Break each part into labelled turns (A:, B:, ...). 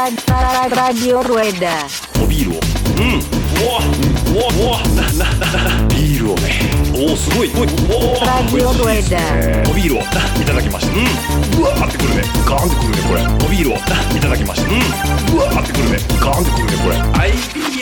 A: Radio Rueda.
B: おビールをうんうわうわうわななななビールをねおおすごいおいおー
A: Radio
B: おいいいです
A: Rueda.
B: ねおビールをないただきましたうんうわーってくるねガーンってくるねこれおビールをないただきましたうんうわーってくるねガーンってくるねこれ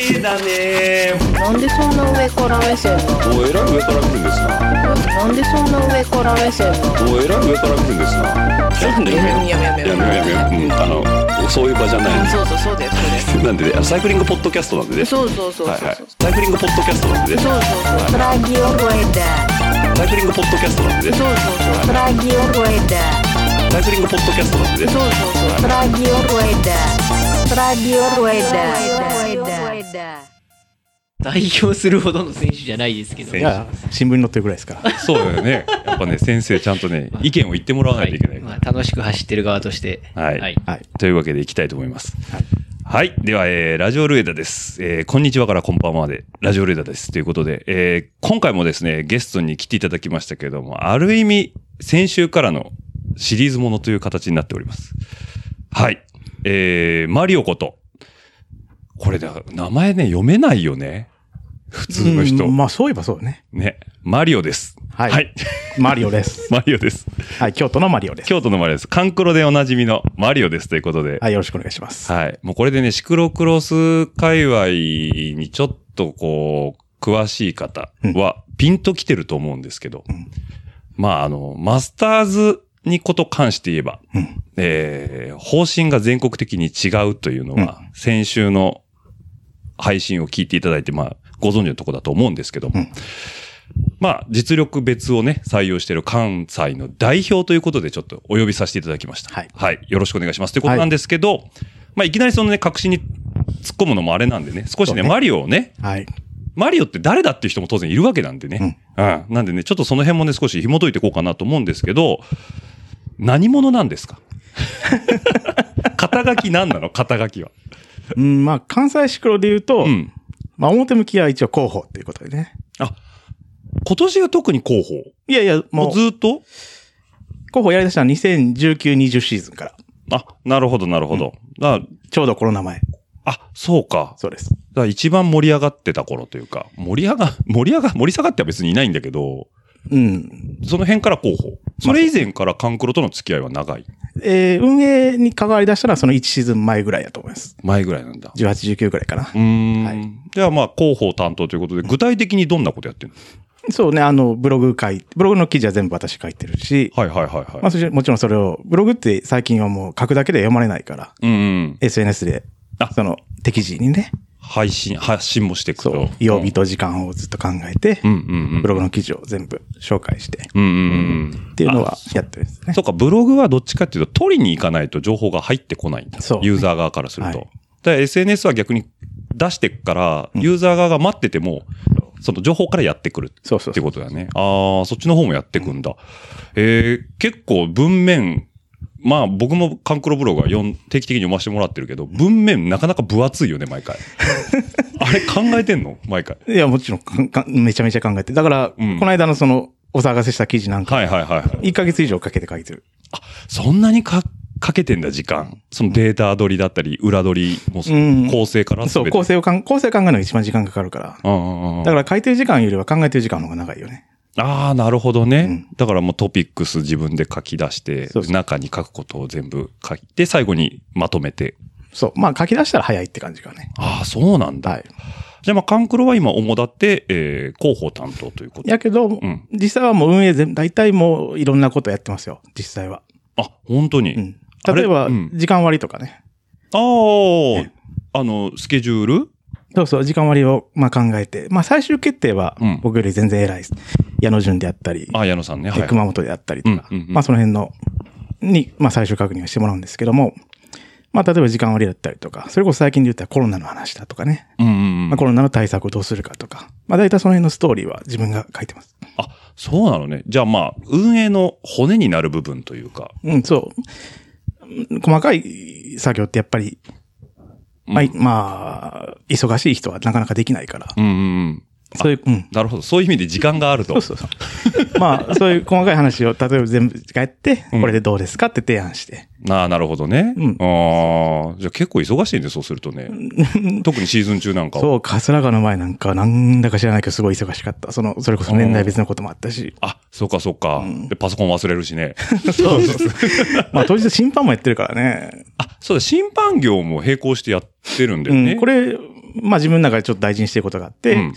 B: IPA だね
C: なんでそんな上から目線なの
B: おえらい上から来るんですな
C: なんでそんな上から目線なの
B: おえらい上から来るんですなちょっとね
D: やめようや
B: やめよう
D: めようやめよう
B: やめよううんあのそういう場じゃない
D: そうそうそうだよそうだよ
B: なんでねあのサイクリングポッドキャストなんでね
D: そうそうそうそう
B: はいはい
D: そう
B: サイクリングポッドキャストなんでね
D: そうそう
A: Radio Rueda.
B: サイクリングポッドキャストなんでね
D: そうそうそう
A: Radio Rueda.
B: サイクリングポッドキャストなんでね
D: そうそうそう
A: Radio Rueda. Radio Rueda. Radio Rueda.
E: 代表するほどの選手じゃないですけど
F: いや新聞に載ってるぐらいですから
G: そうだよね。やっぱね、先生ちゃんとね、意見を言ってもらわないといけない。
E: まあ、楽しく走ってる側として、
G: はい
E: はい、
F: はい
G: というわけでいきたいと思います。はい。では、えー、ラジオルエダです。えー、こんにちはからこんばんはで、ラジオルエダです。ということで、えー、今回もですね、ゲストに来ていただきましたけれども、ある意味、先週からのシリーズものという形になっております。はい。えー、マリオこと。これだ、名前ね、読めないよね。 普通の人。
F: うんまあそういえばそうね
G: ね。マリオです。
F: はい
G: はい。
F: マリオです
G: マリオです。
F: はい京都のマリオです
G: 京都のマリオです。カンクロでおなじみのマリオですということで。
F: はいよろしくお願いします
G: はい。もうこれでね、シクロクロス界隈にちょっとこう、詳しい方は、ピンと来てると思うんですけど、
F: ん
G: まああの、マスターズにこと関して言えば、
F: うん
G: えー方針が全国的に違うというのは、先週の配信を聞いていただいて、まあ、ご存知のとこだと思うんですけども、
F: うん
G: まあ、実力別をね、採用している関西の代表ということで、ちょっとお呼びさせていただきました。
F: はい
G: よろしくお願いします。ということなんですけど、まあ、いきなりそのね、確信に突っ込むのもあれなんでね、少し
F: そ
G: ね、
F: うね
G: マリオをね、
F: はい
G: マリオって誰だっていう人も当然いるわけなんでね。うん。なんでね、ちょっとその辺もね、少し紐解いていこうかなと思うんですけど、何者なんですか 肩書き何なの肩書きは。
F: うんまあ関西シクロで言うと、
G: うん。
F: まあ表向きは一応候補っていうことでね
G: あ、今年が特に候補。
F: いやいやも
G: も
F: う
G: うずっと
F: 候補やりだしたのは2019-20シーズンから
G: あ、なるほど、なるほど。だ
F: ちょうどコロナ前
G: あ、そうか。
F: そうです
G: だから一番盛り上がってた頃というか、盛り上が、盛り上が、盛り下がっては別にいないんだけど、
F: うん
G: その辺から候補。それ以前からカンクロとの付き合いは長い。
F: えー運営に関わりだしたらその1シーズン前ぐらいだと思います
G: 前ぐらいなんだ。
F: 1819ぐらいかな
G: うーん。
F: はい
G: ではまあ、広報担当ということで、具体的にどんなことやってるの、
F: そうねあのブログ書いブログの記事は全部私書いてるし
G: はいはいはいはい。
F: まあ、そしてもちろんそれを、ブログって最近はもう書くだけで読まれないから、
G: うんうん。
F: SNS で
G: あ、
F: その、適時にね、
G: 配信、発信もしていく
F: そ
G: と
F: う。、曜日と時間をずっと考えて
G: う、んうんうん。
F: ブログの記事を全部紹介して、
G: うんうんうん。
F: っていうのはやってるんですね。
G: そうか、ブログはどっちかっていうと、取りに行かないと情報が入ってこないんだ。
F: そう
G: ユーザー側からすると。
F: はい
G: だから SNS は逆に出してくから、ユーザー側が待ってても、その情報からやってくるっ
F: そうそう
G: て
F: そう。
G: ことだよね。ああ、そっちの方もやってくんだ。えー、結構文面、まあ僕もカンクロブログは読ん定期的に読ませてもらってるけど、文面なかなか分厚いよね、毎 回。あれ考えてんの毎回。
F: いや、もちろんかんかんめちゃめちゃ考えて。だから、
G: うん
F: この間のその、お騒がせした記事なんか、
G: はいはいはいはい。
F: 1ヶ月以上かけて書いてる。
G: そんなにか、かけてんだ、時間。そのデータ取りだったり、裏取りもそう、
F: うん
G: 構成から
F: そ
G: 全
F: う、
G: て
F: 構成をかん、構成考えるのが一番時間かかるから。
G: うんうんうん
F: だから書いてる時間よりは考えてる時間の方が長いよね。
G: ああ、なるほどね、
F: う
G: だからもうトピックス自分で書き出して
F: そう、そう
G: 中に書くことを全部書いて、最後にまとめて。
F: そう。まあ書き出したら早いって感じかね。
G: ああ、そうなんだ。
F: はい。
G: じゃあまあ、カンクロは今、主だって、えー、広報担当ということ。
F: やけど、
G: ん
F: 実際はもう運営全、大体もういろんなことやってますよ、実際は。
G: あ、本当に。
F: うん。
G: あれ
F: 例えば
G: うん、
F: 時間割とかね。
G: あ
F: え
G: あ、あの、スケジュール
F: そうそう、時間割をまあ考えて、まあ最終決定は
G: うん
F: 僕より全然偉いです。矢野順であったり、
G: あ、矢野さんね。はい。
F: 熊本であったりとか、
G: うんうんうん
F: まあその辺の、に、まあ最終確認をしてもらうんですけども、まあ例えば時間割だったりとか、それこそ最近で言ったらコロナの話だとかね、
G: うんうんうん
F: まあ、コロナの対策をどうするかとか、まあ大体その辺のストーリーは自分が書いてます。
G: あ、そうなのね。じゃあまあ、運営の骨になる部分というか。
F: うん、そううん。細かい作業ってやっぱり、まあ、いまあ、忙しい人はなかなかできないから、
G: うんうんうん。
F: そういう、うん。
G: なるほど。そういう意味で時間があると。
F: そうそうそう。まあ、そういう細かい話を、例えば全部使って、
G: うん
F: これでどうですかって提案して。
G: ああ、なるほどね。
F: うん
G: ああ、じゃあ結構忙しいんで、そうすると ね。特にシーズン中なんかは。
F: そう、桂川の前なんか、なんだか知らないけど、すごい忙しかった。その、それこそ年代別のこともあったし。
G: あ、そうかそうか、でパソコン忘れるしね。
F: そうそう まあ、当日審判もやってるからね。
G: あ、そうだ、審判業も並行してやってるんだ
F: う
G: よね。
F: ん。これ、まあ自分の中でちょっと大事にしてることがあっ
G: う
F: て、
G: ん、うん。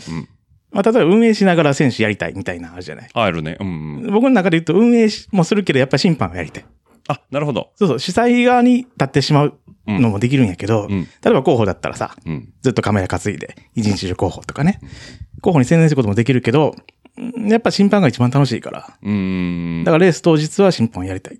F: まあ、例えば運営しながら選手やりたいみたいなのあるじゃない。
G: ああるね。うん、うん。
F: 僕の中で言うと運営しもするけど、やっぱり審判をやりたい。
G: あ、なるほど。
F: そうそう、主催側に立ってしまうのもできるんやけど、
G: うん
F: 例えば候補だったらさ、
G: うん。
F: ずっとカメラ担いで、一日中候補とかね、候補に専念することもできるけど、うんやっぱ審判が一番楽しいから。
G: うーん。
F: だからレース当日は審判をやりたい。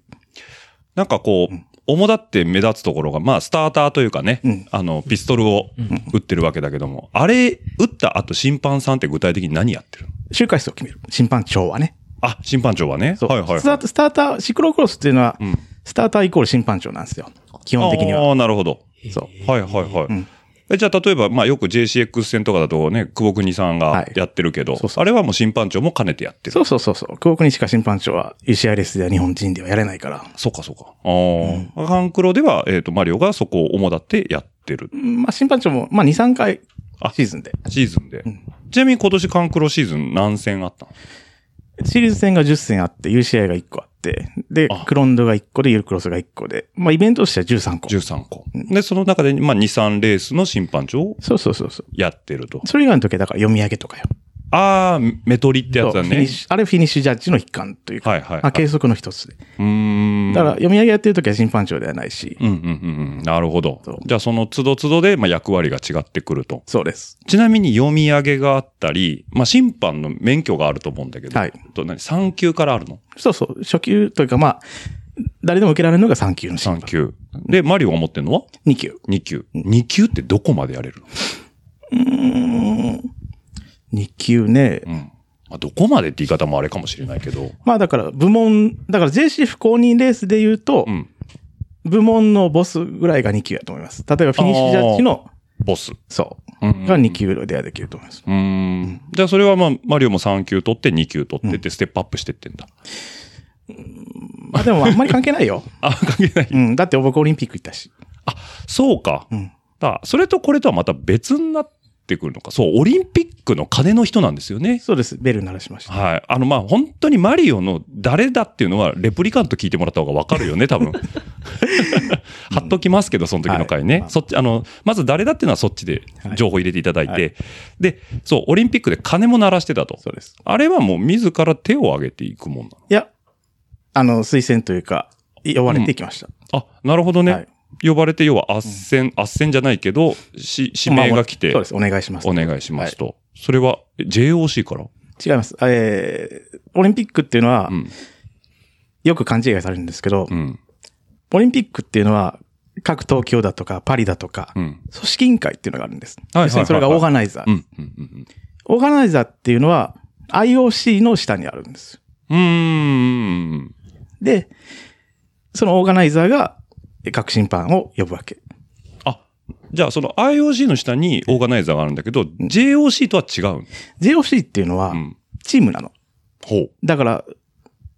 G: なんかこう、主だって目立つところが、まあ、スターターというかね、
F: うん
G: あの、ピストルを撃ってるわけだけども、あれ、撃った後、審判さんって具体的に何やってるの
F: 周回数を決める。審判長はね。
G: あ、審判長はね。
F: そう
G: はいはい、はい。
F: スタートスターター、シクロクロスっていうのは、
G: ん
F: スターターイコール審判長なんですよ。基本的に
G: あ
F: は。
G: あ、なるほど。
F: そう。
G: はいはいはい。
F: ん
G: えじゃあ、例えば、まあ、よく JCX 戦とかだとね、久保国さん
F: は
G: が
F: い
G: やってるけど、
F: そうそう
G: あれはもう審判長も兼ねてやってる。
F: そうそうそうそう。久保国しか審判長は UCI レースでは日本人ではやれないから。
G: そうかそうか。ああ、ハンクロでは、えっ、と、マリオがそこを主だってやってる
F: う。んまあ審判長も、まあ2、3回
G: あ
F: シーズンで。
G: シーズンで。ちなみに今年カンクロシーズン何戦あったの
F: シリーズ戦が10戦あって、UCI が1個あって、で
G: あ、
F: クロンドが1個で、ユルクロスが1個で、まあイベントとしては13個。
G: ?13 個。で、その中で、まあ、2、3レースの審判長を
F: そうそうそうそ
G: やってると
F: う。。それ以外の時はだから読み上げとかよ。
G: ああ、メトリってやつ
F: そう
G: だ
F: フィニッ
G: ね。
F: シュあれフィニッシュジャッジの一環というか、
G: はいはいはい
F: まあ計測の一つで。
G: うーん。
F: だから読み上げやってる時は審判長ではないし、
G: うんうんうんうん。なるほど
F: そう。
G: じゃあ、その都度都度で、まあ、役割が違ってくると。
F: そうです。
G: ちなみに読み上げがあったり、まあ、審判の免許があると思うんだけど、
F: はい
G: と何 ?3 級からあるの
F: そうそう、初級というかまあ、誰でも受けられるのが3級の審
G: ?3
F: 判。
G: 級。で、マリオが持ってるのは
F: 2級。
G: ?2 級。2級ってどこまでやれるの
F: 2級ね。
G: うん。まあ、どこまでって言い方もあれかもしれないけど、
F: まあだから部門、だから JCF 公認レースで言うと、
G: うん。
F: 部門のボスぐらいが2級やと思います。例えばフィニッシュジャッジの、
G: ボス。
F: そう、
G: うんうんうん
F: が2級ではできると思います。
G: うーん。じゃあ、それはまあ、マリオも3級取って2級取ってって、ステップアップしてってんだ。
F: まあでもあんまり関係な いよ。
G: あ、関係ない。
F: うん。だって僕オリンピック行ったし。
G: あ、そうか。
F: ん
G: だからそれとこれとはまた別になってくるのか。そう、オリンピックの金の人なんですよね。
F: そうです。ベル鳴らしました。
G: はい。あの、まあ、本当にマリオの誰だっていうのは、レプリカント聞いてもらった方がわかるよね、多分。貼っときますけど、その時の回ね。
F: はい
G: そっち、あの、まず誰だっていうのはそっちで
F: はい
G: 情報入れていただいて。
F: はい
G: で、そう、オリンピックで鐘も鳴らしてたと。
F: そうです。
G: あれはもう自ら手を挙げていくもんない
F: や、あの、推薦というか、呼ばれていきました。
G: の。あ、なるほどね。
F: はい
G: 呼ばれて、要は、斡旋、斡旋じゃないけど、し、指名が来て
F: そう、です。お願いします。
G: お願いしますと。それは、え JOC から
F: 違います。えー、オリンピックっていうのは、
G: うん。
F: よく勘違いされるんですけど、
G: うん。
F: オリンピックっていうのは、各東京だとか、パリだとか、
G: うん。
F: 組織委員会っていうのがあるんです。
G: はいはいはいはい
F: 要するにそれがオーガナイザー。
G: うん。うんうん。
F: オーガナイザーっていうのは、IOC の下にあるんです。
G: うん。うん。
F: で、そのオーガナイザーが、え各審判を呼ぶわけ。
G: あ、じゃあその IOC の下にオーガナイザーがあるんだけど、JOC とは違うの
F: JOC っていうのは
G: ん、
F: チームなの。
G: ほう。
F: だから、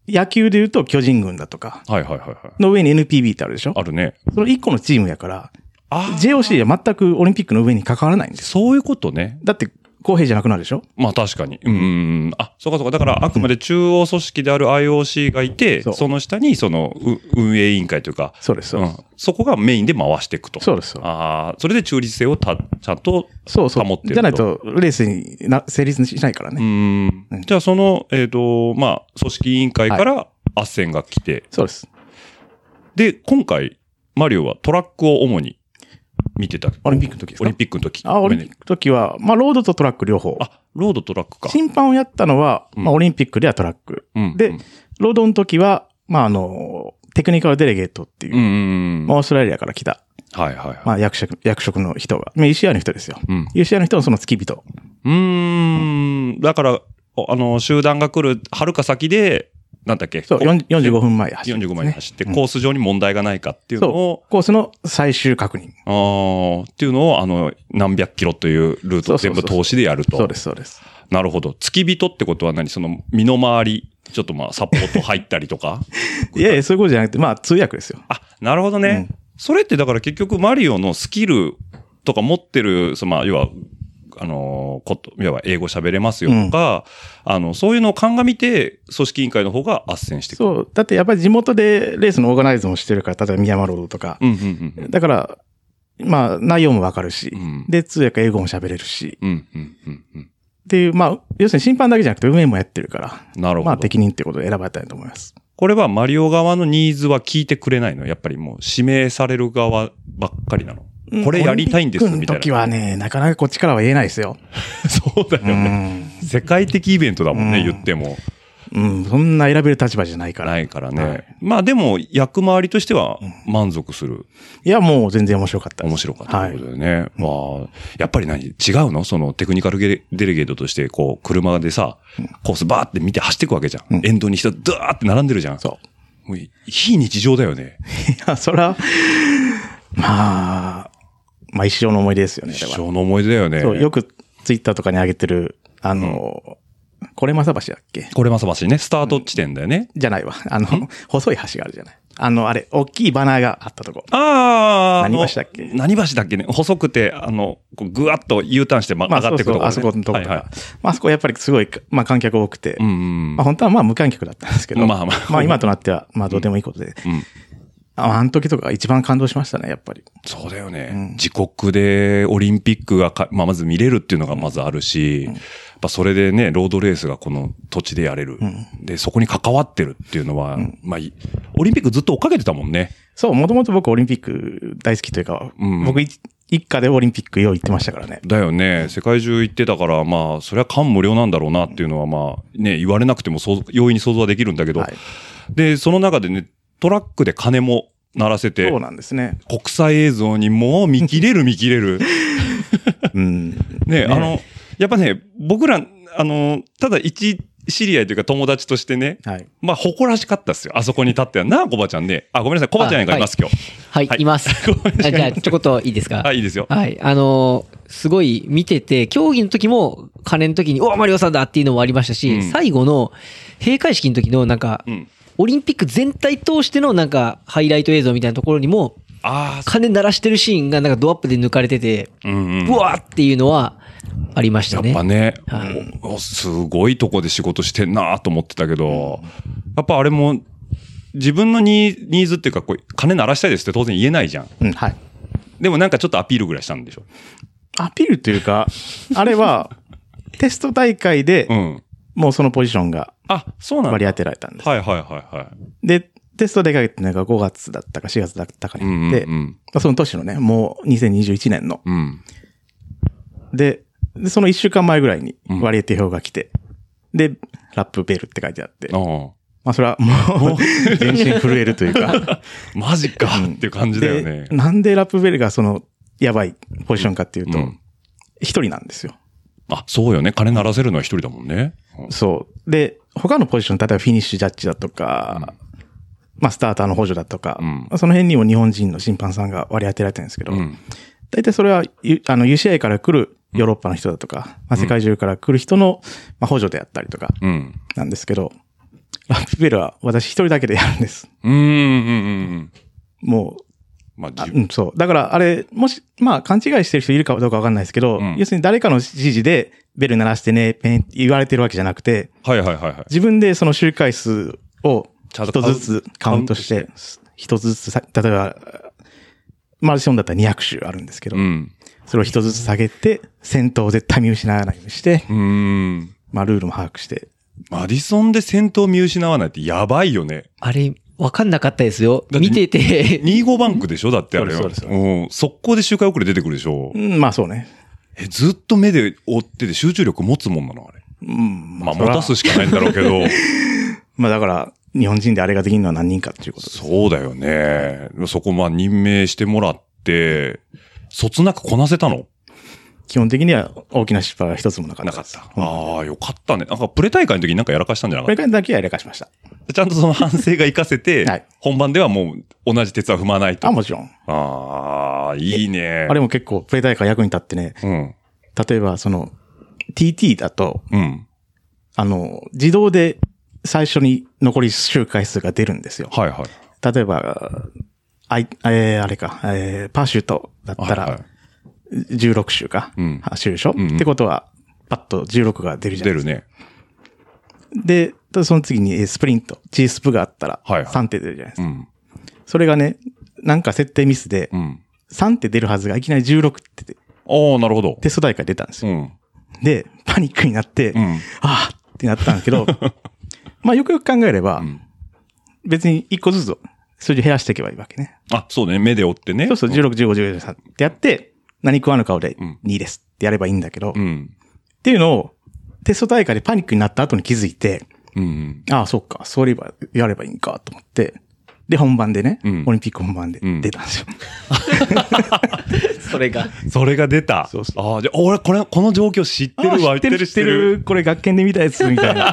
F: 野球で言うと巨人軍だとか、
G: はいはいはいはい。
F: の上に NPB ってあるでしょ
G: あるね。
F: その一個のチームやから、
G: ああ、
F: JOC は全くオリンピックの上に関わらないんです。
G: そういうことね。
F: だって、公平じゃなくなるでしょ
G: まあ確かに。うんうんうん。あ、そうかそうか。だからあくまで中央組織である IOC がいて、
F: そう
G: その下にそのう運営委員会というか、
F: そうです、そう
G: う
F: で
G: ん
F: す。、
G: そこがメインで回していくと。
F: そうですそうです
G: ああ、それで中立性をたちゃんと
F: そうそう。
G: 保ってる
F: じゃないと、レースにな成立しないから
G: う
F: ね。
G: ん
F: うん。
G: じゃあその、えっ、と、まあ、組織委員会から斡旋が来て、
F: そうです。
G: で、今回、マリオはトラックを主に見てた。
F: オリンピックの時ですか
G: オリンピックの時。
F: あ、オリンピックの時は、まあ、ロードとトラック両方。
G: あ、ロードトラックか。
F: 審判をやったのは、
G: うん
F: まあ、オリンピックではトラック。
G: うん
F: で
G: うん、
F: ロードの時は、まあ、あの、テクニカルデレゲートっていう、
G: うんうんうん。
F: ま
G: は
F: あ
G: い
F: オーストラリアから来た、
G: はいはい。
F: まあ、役職、役職の人が、まあ、UCI の人ですよ。
G: うん。
F: UCI の人のその付き人。
G: うーん。だから、おあの、集団が来る、はるか先で、なんだっけ。
F: そう、
G: こ
F: 40 45分前走るんですね、
G: 45万に走って、
F: うん
G: コース上に問題がないかっていうの
F: そ
G: を
F: う、、コースの最終確認。
G: あーっていうのを、あの、何百キロというルート
F: そうそう
G: を
F: そ
G: 全
F: う
G: 部投資でやると。
F: そうです、そうです。
G: なるほど。付き人ってことは何その身の回り、ちょっとまあサポート入ったりとか
F: いやいや、そういうことじゃなくて、まあ通訳ですよ。
G: あ、なるほどね。
F: うん
G: それってだから結局マリオのスキルとか持ってる、そのまあ、要は、あのーこと、要は英語喋れますよとか、あの、そういうのを鑑みて、組織委員会の方が斡旋してくる。
F: そう。だってやっぱり地元でレースのオーガナイズもしてるから、例えば宮山ロードとか。
G: うんうんうん。
F: だから、まあ内容もわかるし、
G: うん
F: で通訳英語も喋れるし、
G: うんうんうんうん。
F: っていう、まあ、要するに審判だけじゃなくて運営もやってるから、
G: なるほど。
F: まあ適任ってことで選ばれたいと思います。
G: これはマリオ側のニーズは聞いてくれないのやっぱりもう指名される側ばっかりなの。これやりたいんです
F: オリンピ
G: み
F: ック
G: た
F: の
G: い
F: 時
G: な。
F: はね、なかなかこっちからは言えないですよ。
G: そうだよ
F: う
G: ね。
F: ん。
G: 世界的イベントだもんね、
F: うん
G: 言っても。
F: うん、そんな選べる立場じゃないから。
G: ないいからね。
F: はい
G: まあでも、役回りとしては満足する。
F: や、もう全然面白かったです。
G: 面白かった
F: はい
G: ということでね。まあ、やっぱり何違うのそのテクニカルゲレデレゲートとして、こう、車でさ、コースバーって見て走っていくわけじゃん。
F: うん
G: 沿道に人ドーって並んでるじゃん。
F: そ
G: もう非日常だよね。
F: う。いや、そら、まあ、まあ一生の思い出ですよね。
G: 一
F: だから
G: 生の思い出だよね。
F: そう、よくツイッターとかに上げてる、あの、これまさ橋だっけ
G: これまさましね、スタート地点だよね。
F: じゃないわ。あの、細い橋があるじゃない。あの、あれ、大きいバナーがあったとこ。
G: ああ、
F: 何橋だっけ
G: あの何橋だっけね細くて、あの、こうぐわっと U ターンして、ま、上がってくところ、ね
F: まあ、そうそうあそこのとこ
G: は
F: ろ
G: い
F: が
G: はい。
F: まあ、あそこやっぱりすごい、まあ、観客多くて、
G: うんうん
F: まあ、本当はまあ、無観客だったんですけど、
G: まあまあ
F: 今となっては、まあ、どうでもいいことで、
G: うん。
F: ああの時とかが一番感動しましたね、やっぱり。
G: そうだよね。
F: うん
G: 自国でオリンピックがか、まあ、まず見れるっていうのがまずあるし、やっぱそれでね、ロードレースがこの土地でやれる。で、そこに関わってるっていうのは、まあ、いオリンピックずっと追っかけてたもんね。
F: そう、もともと僕オリンピック大好きというか、
G: うん
F: 僕い一家でオリンピックよう行ってましたからね。
G: だよね。世界中行ってたから、まあ、それは感無量なんだろうなっていうのは、まあ、ね、言われなくてもそう容易に想像はできるんだけど、
F: はい
G: で、その中でね、トラックで鐘も鳴らせて
F: そう、なんですね。
G: 国際映像にもう見切れる見切れる。
F: うん。
G: ね、あの、やっぱね、僕ら、あの、ただ一知り合いというか友達としてね、
F: はい。
G: まあ、誇らしかったですよ。あそこに立っては。なあ、コバちゃんね。あ、ごめんなさい。コバちゃんやんか
E: あ
G: います、今日。
E: はい、
G: はい。
E: います あじゃあ、ちょこっといいですか。
G: あ、いいですよ。
E: はい。あのーすごい見てて、競技の時も、金の時に、おマリオさんだっていうのもありましたし、
G: うん
E: 最後の閉会式の時の、なんか、
G: うん
E: オリンピック全体通しての、なんか、ハイライト映像みたいなところにも、
G: あ
E: 金鳴らしてるシーンが、なんかドアップで抜かれてて、
G: あ、うんうん。
E: うわーっていうのは、ありました
G: や
E: ね
G: っぱ。ね、
E: はい
G: おおすごいとこで仕事してんなと思ってたけど、やっぱあれも、自分のニーニーズっていうか、こう、金鳴らしたいですって当然言えないじゃん。
F: うん、はい。
G: でもなんかちょっとアピールぐらいしたんでしょ。
F: アピールというか、あれは、 テスト大会で
G: う、ん。
F: もうそのポジションが
G: あ、そうなん
F: 割
G: だ。
F: り当てられたんです。
G: はいはいはいはい。
F: で、テスト大会っていうのが5月だったか4月だったかに
G: うんう
F: あ
G: ん
F: っ
G: う
F: て、
G: ん。
F: まあその年のね、もう2021年の。
G: うん。
F: で、でその1週間前ぐらいに
G: うん
F: 割り当て表が来て、で、ラップベルって書いてあって、
G: あ
F: ま
G: あ。
F: あそれはもう 全身震えるというか。
G: マジか
F: うん
G: っていう感じだよね
F: で。なんでラップベルがその、やばいポジションかっていうと
G: うん、
F: 一、人なんですよ。
G: あ、そうよね。金鳴らせるのは一人だもんね。うん
F: そう。で、他のポジション、例えばフィニッシュジャッジだとか、まあスターターの補助だとか、
G: う
F: その辺にも日本人の審判さんが割り当てられてるんですけど、
G: うん。
F: 大体それは、ゆあの、UCI から来るヨーロッパの人だとか、まあ、世界中から来る人の、まあ、補助であったりとか、
G: うん。
F: なんですけど、ラップベルは私一人だけでやるんです。
G: うんうんうんうん。
F: もう、
G: まあ、
F: あ
G: じ
F: うん、そう。だから、あれ、もし、まあ、勘違いしてる人いるかどうかわかんないですけど、
G: うん
F: 要するに誰かの指示で、ベル鳴らしてね、ペンって言われてるわけじゃなくて、
G: はいはいはいはい。
F: 自分でその周回数を、
G: ちゃん
F: 一
G: と
F: つずつカウントして、一つずつさ、例えば、マルションだったら200周あるんですけど、
G: うん。
F: それを一つずつ下げて、先頭を絶対見失わないようにして、
G: うん。
F: まあ、ルールも把握して。
G: マディソンで先頭見失わないってやばいよね。
E: あれ、わかんなかったですよ。
G: だって
E: 見て て、
G: 25バンクでしょだってあれ
F: そうですそう
G: うん。速攻で周回遅れ出てくるでしょ
F: うん、まあそうね。
G: え、ずっと目で追ってて集中力持つもんなのあれ。
F: うん、
G: まあ、
F: そ
G: 持
F: ら
G: たすしかないんだろうけど。
F: まあだから、日本人であれができるのは何人かっていうことです。
G: そうだよね。そこ、まあ、任命してもらって、そつなくこなせたの
F: 基本的には大きな失敗は一つもなかった
G: なか
F: で
G: っ
F: す。
G: た。
F: うん
G: ああ、よかったね。なんか、プレ大会の時になんかやらかしたんじゃな
F: こ
G: かっ
F: れからだけはやらかしました。
G: たちゃんとその反省が活かせて、
F: はい
G: 本番ではもう同じ鉄は踏まないと。
F: あ、もちろん。
G: ああ、いいね。
F: あれも結構、プレイ大会役に立ってね、
G: うん。
F: 例えばその、 TT だと、
G: うん。
F: あの、自動で最初に残り周回数が出るんですよ。
G: はいはい。
F: 例えば、あい、えーあれか、えーパーシュートだった
G: はいは
F: ら、16周か、
G: うん
F: 8周でしょ、
G: うんうん
F: ってことは、パッと16が出る
G: い
F: じ
G: 出
F: ゃないで
G: る
F: すか。
G: ね。
F: で、ただその次にえースプリント、G スプがあったら、
G: はいはい
F: 3手出るじゃないです
G: う
F: か。
G: ん。
F: それがね、なんか設定ミスで
G: う、ん。
F: 3手出るはずがいきなり16って出て、
G: ああ、なるほど。
F: テスト大会出たんです
G: う
F: よ。
G: ん。
F: で、パニックになって、
G: うん。
F: ああってなったん だけど、まあよくよく考えれば、
G: ん
F: 別に1個ずつ数字減らしていけばいいわけね。
G: あ、そうね。目で追ってね。
F: そうそう、16、15、13ってやって、何食わぬ顔で
G: うん
F: 2ですってやればいいんだけど、
G: う
F: っ
G: ん。
F: ていうのをテスト大会でパニックになった後に気づいて、
G: うん。
F: ああ、そっか、そういえばやればいいんかと思って、で、本番でね、
G: うん
F: オリンピック本番で
G: うん
F: 出たん ですよ。
E: それが。
G: それが出た。
F: そうそ
G: ああ、じゃあ、俺、これ、この状況知ってる
F: あ
G: わ。
F: 知ってる、知って。る、これ学研で見たやつみた いな。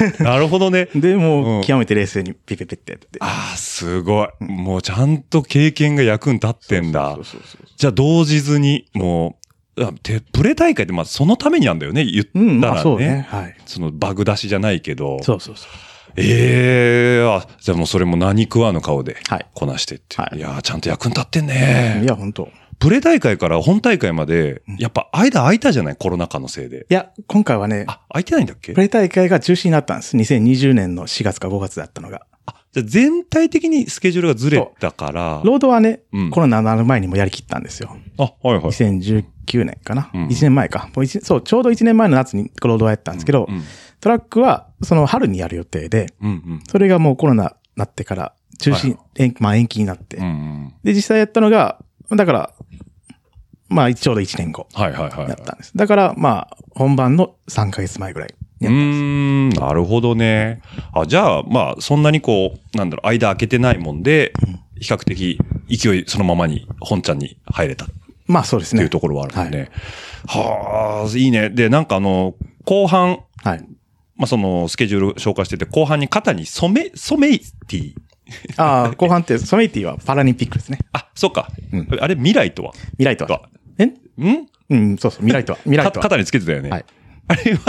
G: 知ってるなるほどね。
F: で、
G: う
F: も
G: ん
F: う極めて冷静にピピピってやって。
G: ああ、すごい。もうちゃんと経験が役に立ってんだ
F: そう。そうそうそう
G: じゃあ、動じずに、もう、あてプレ大会って、まあ、そのためになんだよね。言った
F: うん、まあ
G: ら
F: そうね
G: ね。。
F: はい。
G: そのバグ出しじゃないけど。
F: そうそうそう。
G: ええあ、じゃあもうそれも何食わぬ顔で
F: はい
G: こなしてって。、
F: はいい
G: やーちゃんと役に立ってんね
F: いや、本当
G: プレ大会から本大会まで、やっぱ間空いたじゃないコロナ禍のせいで。
F: いや、今回はね、
G: あ、空いてないんだっけ
F: プレイ大会が中止になったんです。2020年の4月か5月だったのが。
G: あじゃあ全体的にスケジュールがずれたから。
F: ロードはね、
G: うん
F: コロナになる前にもやりきったんですよ。
G: あ、はいはい。
F: 2019年かな、
G: うん
F: ?1 年前か。もう一そう、ちょうど1年前の夏にロードはやったんですけど、
G: うん、
F: トラックはその春にやる予定で、
G: うん、うん。
F: それがもうコロナになってから中止、
G: はい
F: 延まあ延期になって、
G: うんうん、
F: で、実際やったのが、だから、まあちょうど1年後
G: はいはいはい。
F: だったんです。だから、まあ本番の3ヶ月前ぐらい
G: う
F: にやったんです。
G: ーん、なるほどね。あ、じゃあ、まあ、そんなにこう、なんだろう、間空けてないもんで、比較的勢いそのままに本ちゃんに入れた
F: まあそうで
G: っ
F: す
G: て
F: ね。
G: いうところはあるんでね。はあ、いいね。で、なんかあの、後半、
F: はい。
G: まあ、その、スケジュール紹介してて、後半に肩に染め、染めティー。
F: ああ、後半って、ソメイティはパラリンピックですね。
G: あ、そうか。
F: うん
G: あれ、未来とは
F: 未来とは。え
G: ん
F: うん、そうそう、未来とは。未来と
G: か
F: は。
G: 肩につけてたよね。
F: はい
G: あれは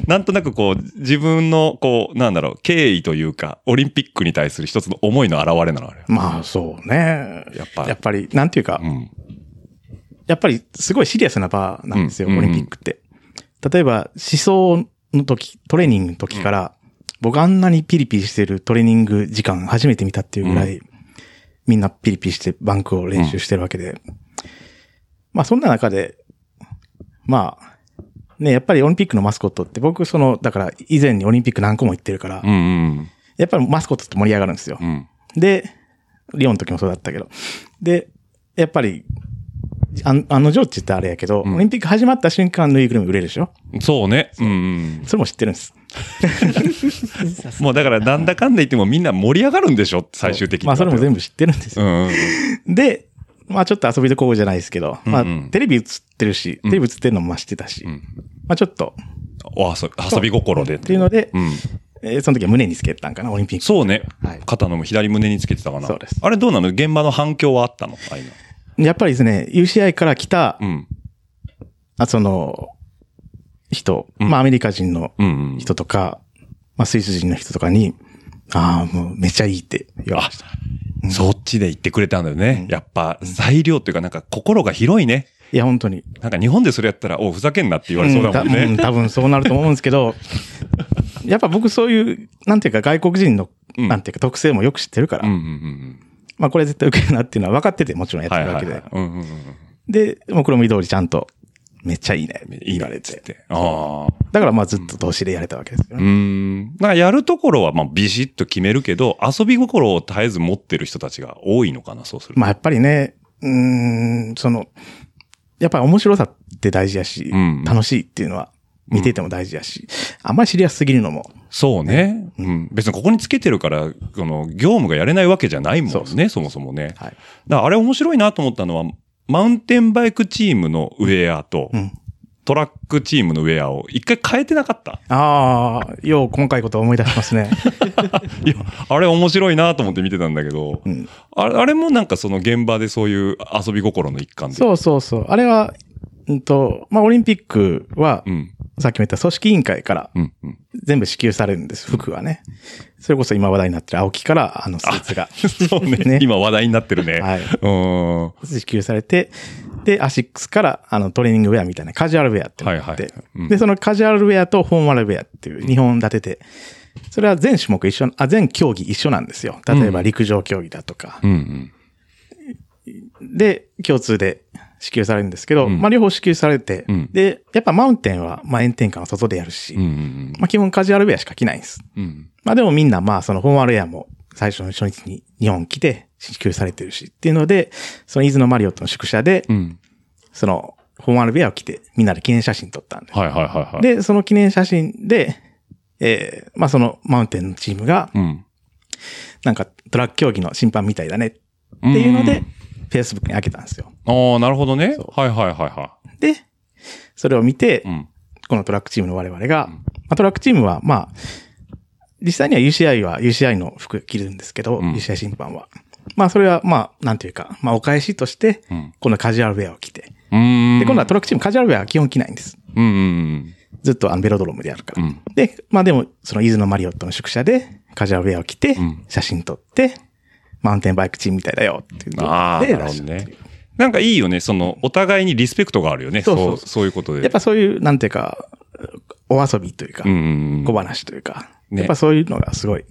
G: 何なんとなくこう、自分の、こう、なんだろう、敬意というか、オリンピックに対する一つの思いの表れなの、あれ。
F: まあ、そうね。
G: やっぱ
F: やっぱり、なんていうか、
G: うん。
F: やっぱり、すごいシリアスな場なんですよ、
G: うん
F: オリンピックって。例えば、思想の時、トレーニングの時から、僕あんなにピリピリしてるトレーニング時間初めて見たっていうぐらい、みんなピリピリしてバンクを練習してるわけで。まあ、そんな中で、まあ、ね、やっぱりオリンピックのマスコットって僕、その、だから以前にオリンピック何個も行ってるから、
G: うんうん
F: やっぱりマスコットって盛り上がるんですよ
G: う。ん。
F: で、リオンの時もそうだったけど。で、やっぱり、あんあのジョッジってあれやけど、
G: ん
F: オリンピック始まった瞬間ぬいぐるみ売れるでしょ
G: うん。そうね。うんうん。
F: それも知ってるんです。
G: もうだから、なんだかんだ言ってもみんな盛り上がるんでしょ最終的に
F: ま
G: は。
F: あそれも全部知ってるんです
G: う
F: よ。
G: んうんうん。
F: で、まあちょっと遊びでこうじゃないですけど、ま
G: うんうん
F: あテレビ映ってるし、テレビ映ってるのもまあ知ってたし、
G: ん
F: まあちょっと、
G: お遊び遊び心で。
F: っていうので、
G: うん。
F: えーその時は胸につけてたんかな、オリンピック。
G: そうね
F: はい。
G: 肩の左胸につけてたかな。
F: そうです
G: あれどうなの現場の反響はあったのああいうの
F: やっぱりですね、UCI から来た、
G: うん。
F: あその、人、
G: うん
F: まあアメリカ人の
G: うんうん。
F: 人とか、まあ、スイス人の人とかに、ああ、もうめっちゃいいって言われました。
G: そっちで言ってくれたんだよね。やっぱ、裁量というか、なんか心が広いね。
F: いや、本当に。
G: なんか日本でそれやったら、おうふざけんなって言われそうだもん
F: うんたう
G: ね。
F: ん多分そうなると思うんです けど、やっぱ僕そういう、なんていうか外国人の、
G: うん
F: なんていうか特性もよく知ってるか
G: う
F: ら、
G: んうんうん
F: まあこれ絶対受けるなっていうのは分かっててもちろん
G: う
F: や
G: ん。
F: って
G: はい
F: る
G: はい
F: わけで。
G: はい。うんうんうん。
F: で、目論見通りちゃんと、めっちゃいいね、
G: いい
F: 言
G: な
F: わ
G: っ
F: れ。
G: つってて。ああ。
F: だからまあずっと投資でやれたわけですよ
G: うー
F: ね。
G: ん。なんかやるところは、まあ、ビシッと決めるけど、遊び心を絶えず持ってる人たちが多いのかな、そうすると。
F: まあやっぱりね、うーん、その、やっぱり面白さって大事やし、
G: うん
F: 楽しいっていうのは見てても大事やし、あんまりシリアスすぎるのも、
G: そうね。うん。別にここにつけてるから、この、業務がやれないわけじゃないもんね、
F: そ
G: そう
F: そう
G: もそもね。だか
F: はい。
G: らあれ面白いなと思ったのは、マウンテンバイクチームのウェアと、
F: うん。
G: トラックチームのウェアを一回変えてなかった。
F: ああ、よう今回ことを思い出 しますね。
G: いや、あれ面白いなと思って見てたんだけど、
F: ん
G: あれあれもなんかその現場でそういう遊び心の一環で。
F: そうそうそう。あれは、うんと、まあ、オリンピックは
G: う、ん。
F: さっきも言った組織委員会から
G: うん。うん。
F: 全部支給されるんです、服はね。それこそ今話題になってる青木から、あの、スーツが。
G: そうね。
F: ね
G: 今話題になってるね。
F: はいう
G: ーん。
F: 支給されて、で、アシックスから、あの、トレーニングウェアみたいな、カジュアルウェアっていうのがあって、
G: はいはいうん
F: で、そのカジュアルウェアとフォーマルウェアっていう2本立てて、それは全種目一緒、あ、全競技一緒なんですよ。例えば陸上競技だとか
G: う、んうん。
F: で、共通で支給されるんですけど、
G: うん
F: まあ、両方支給されて、
G: うん
F: で、やっぱマウンテンは、まあ、炎天下の外でやるし、
G: うんうん
F: まあ、基本カジュアルウェアしか着ないんです。
G: うん。うん。
F: まあでもみんなまあそのフォーマルエアも最初の初日に日本来て支給されてるしっていうので、その伊豆のマリオットの宿舎で
G: う、ん。
F: そのフォーマルウェアを着てみんなで記念写真撮ったんで。
G: はいはいはいはい。、
F: で、その記念写真で、えー、まあそのマウンテンのチームが、
G: うん。
F: なんかトラック競技の審判みたいだねって
G: って
F: いうので、Facebook に開けたんですよ。
G: ああ、なるほどね。はいはいはいは
F: で、それを見て
G: い。う、ん。
F: このトラックチームの我々が、まあ、トラックチームは、まあ、実際には UCI は UCI の服着るんですけど、
G: ん
F: UCI 審判は。まあ、それは、まあ、なんていうか、まあ、お返しとして
G: ん、
F: このカジュアルウェアを着て。
G: うーん。
F: で、今度はトラックチームカジュアルウェアは基本着ないんです。
G: うんうん
F: ずっとあのベロドロームでやるから。
G: うん
F: で、まあでも、その伊豆のマリオットの宿舎で、カジュアルウェアを着て
G: ん、
F: 写真撮って、マウンテンバイクチームみたいだよっていう
G: うん。
F: の
G: ああ、
F: で
G: なる
F: 出
G: ほ
F: し
G: ど
F: たって
G: ね
F: いう。。
G: なんかいいよね。その、お互いにリスペクトがあるよね。
F: そ
G: そうう
F: そ
G: そうう、いうことで。
F: やっぱそういう、なんていうか、お遊びというか、
G: うんうんうん。
F: 小話というか、
G: ね
F: やっぱそういうのがすごい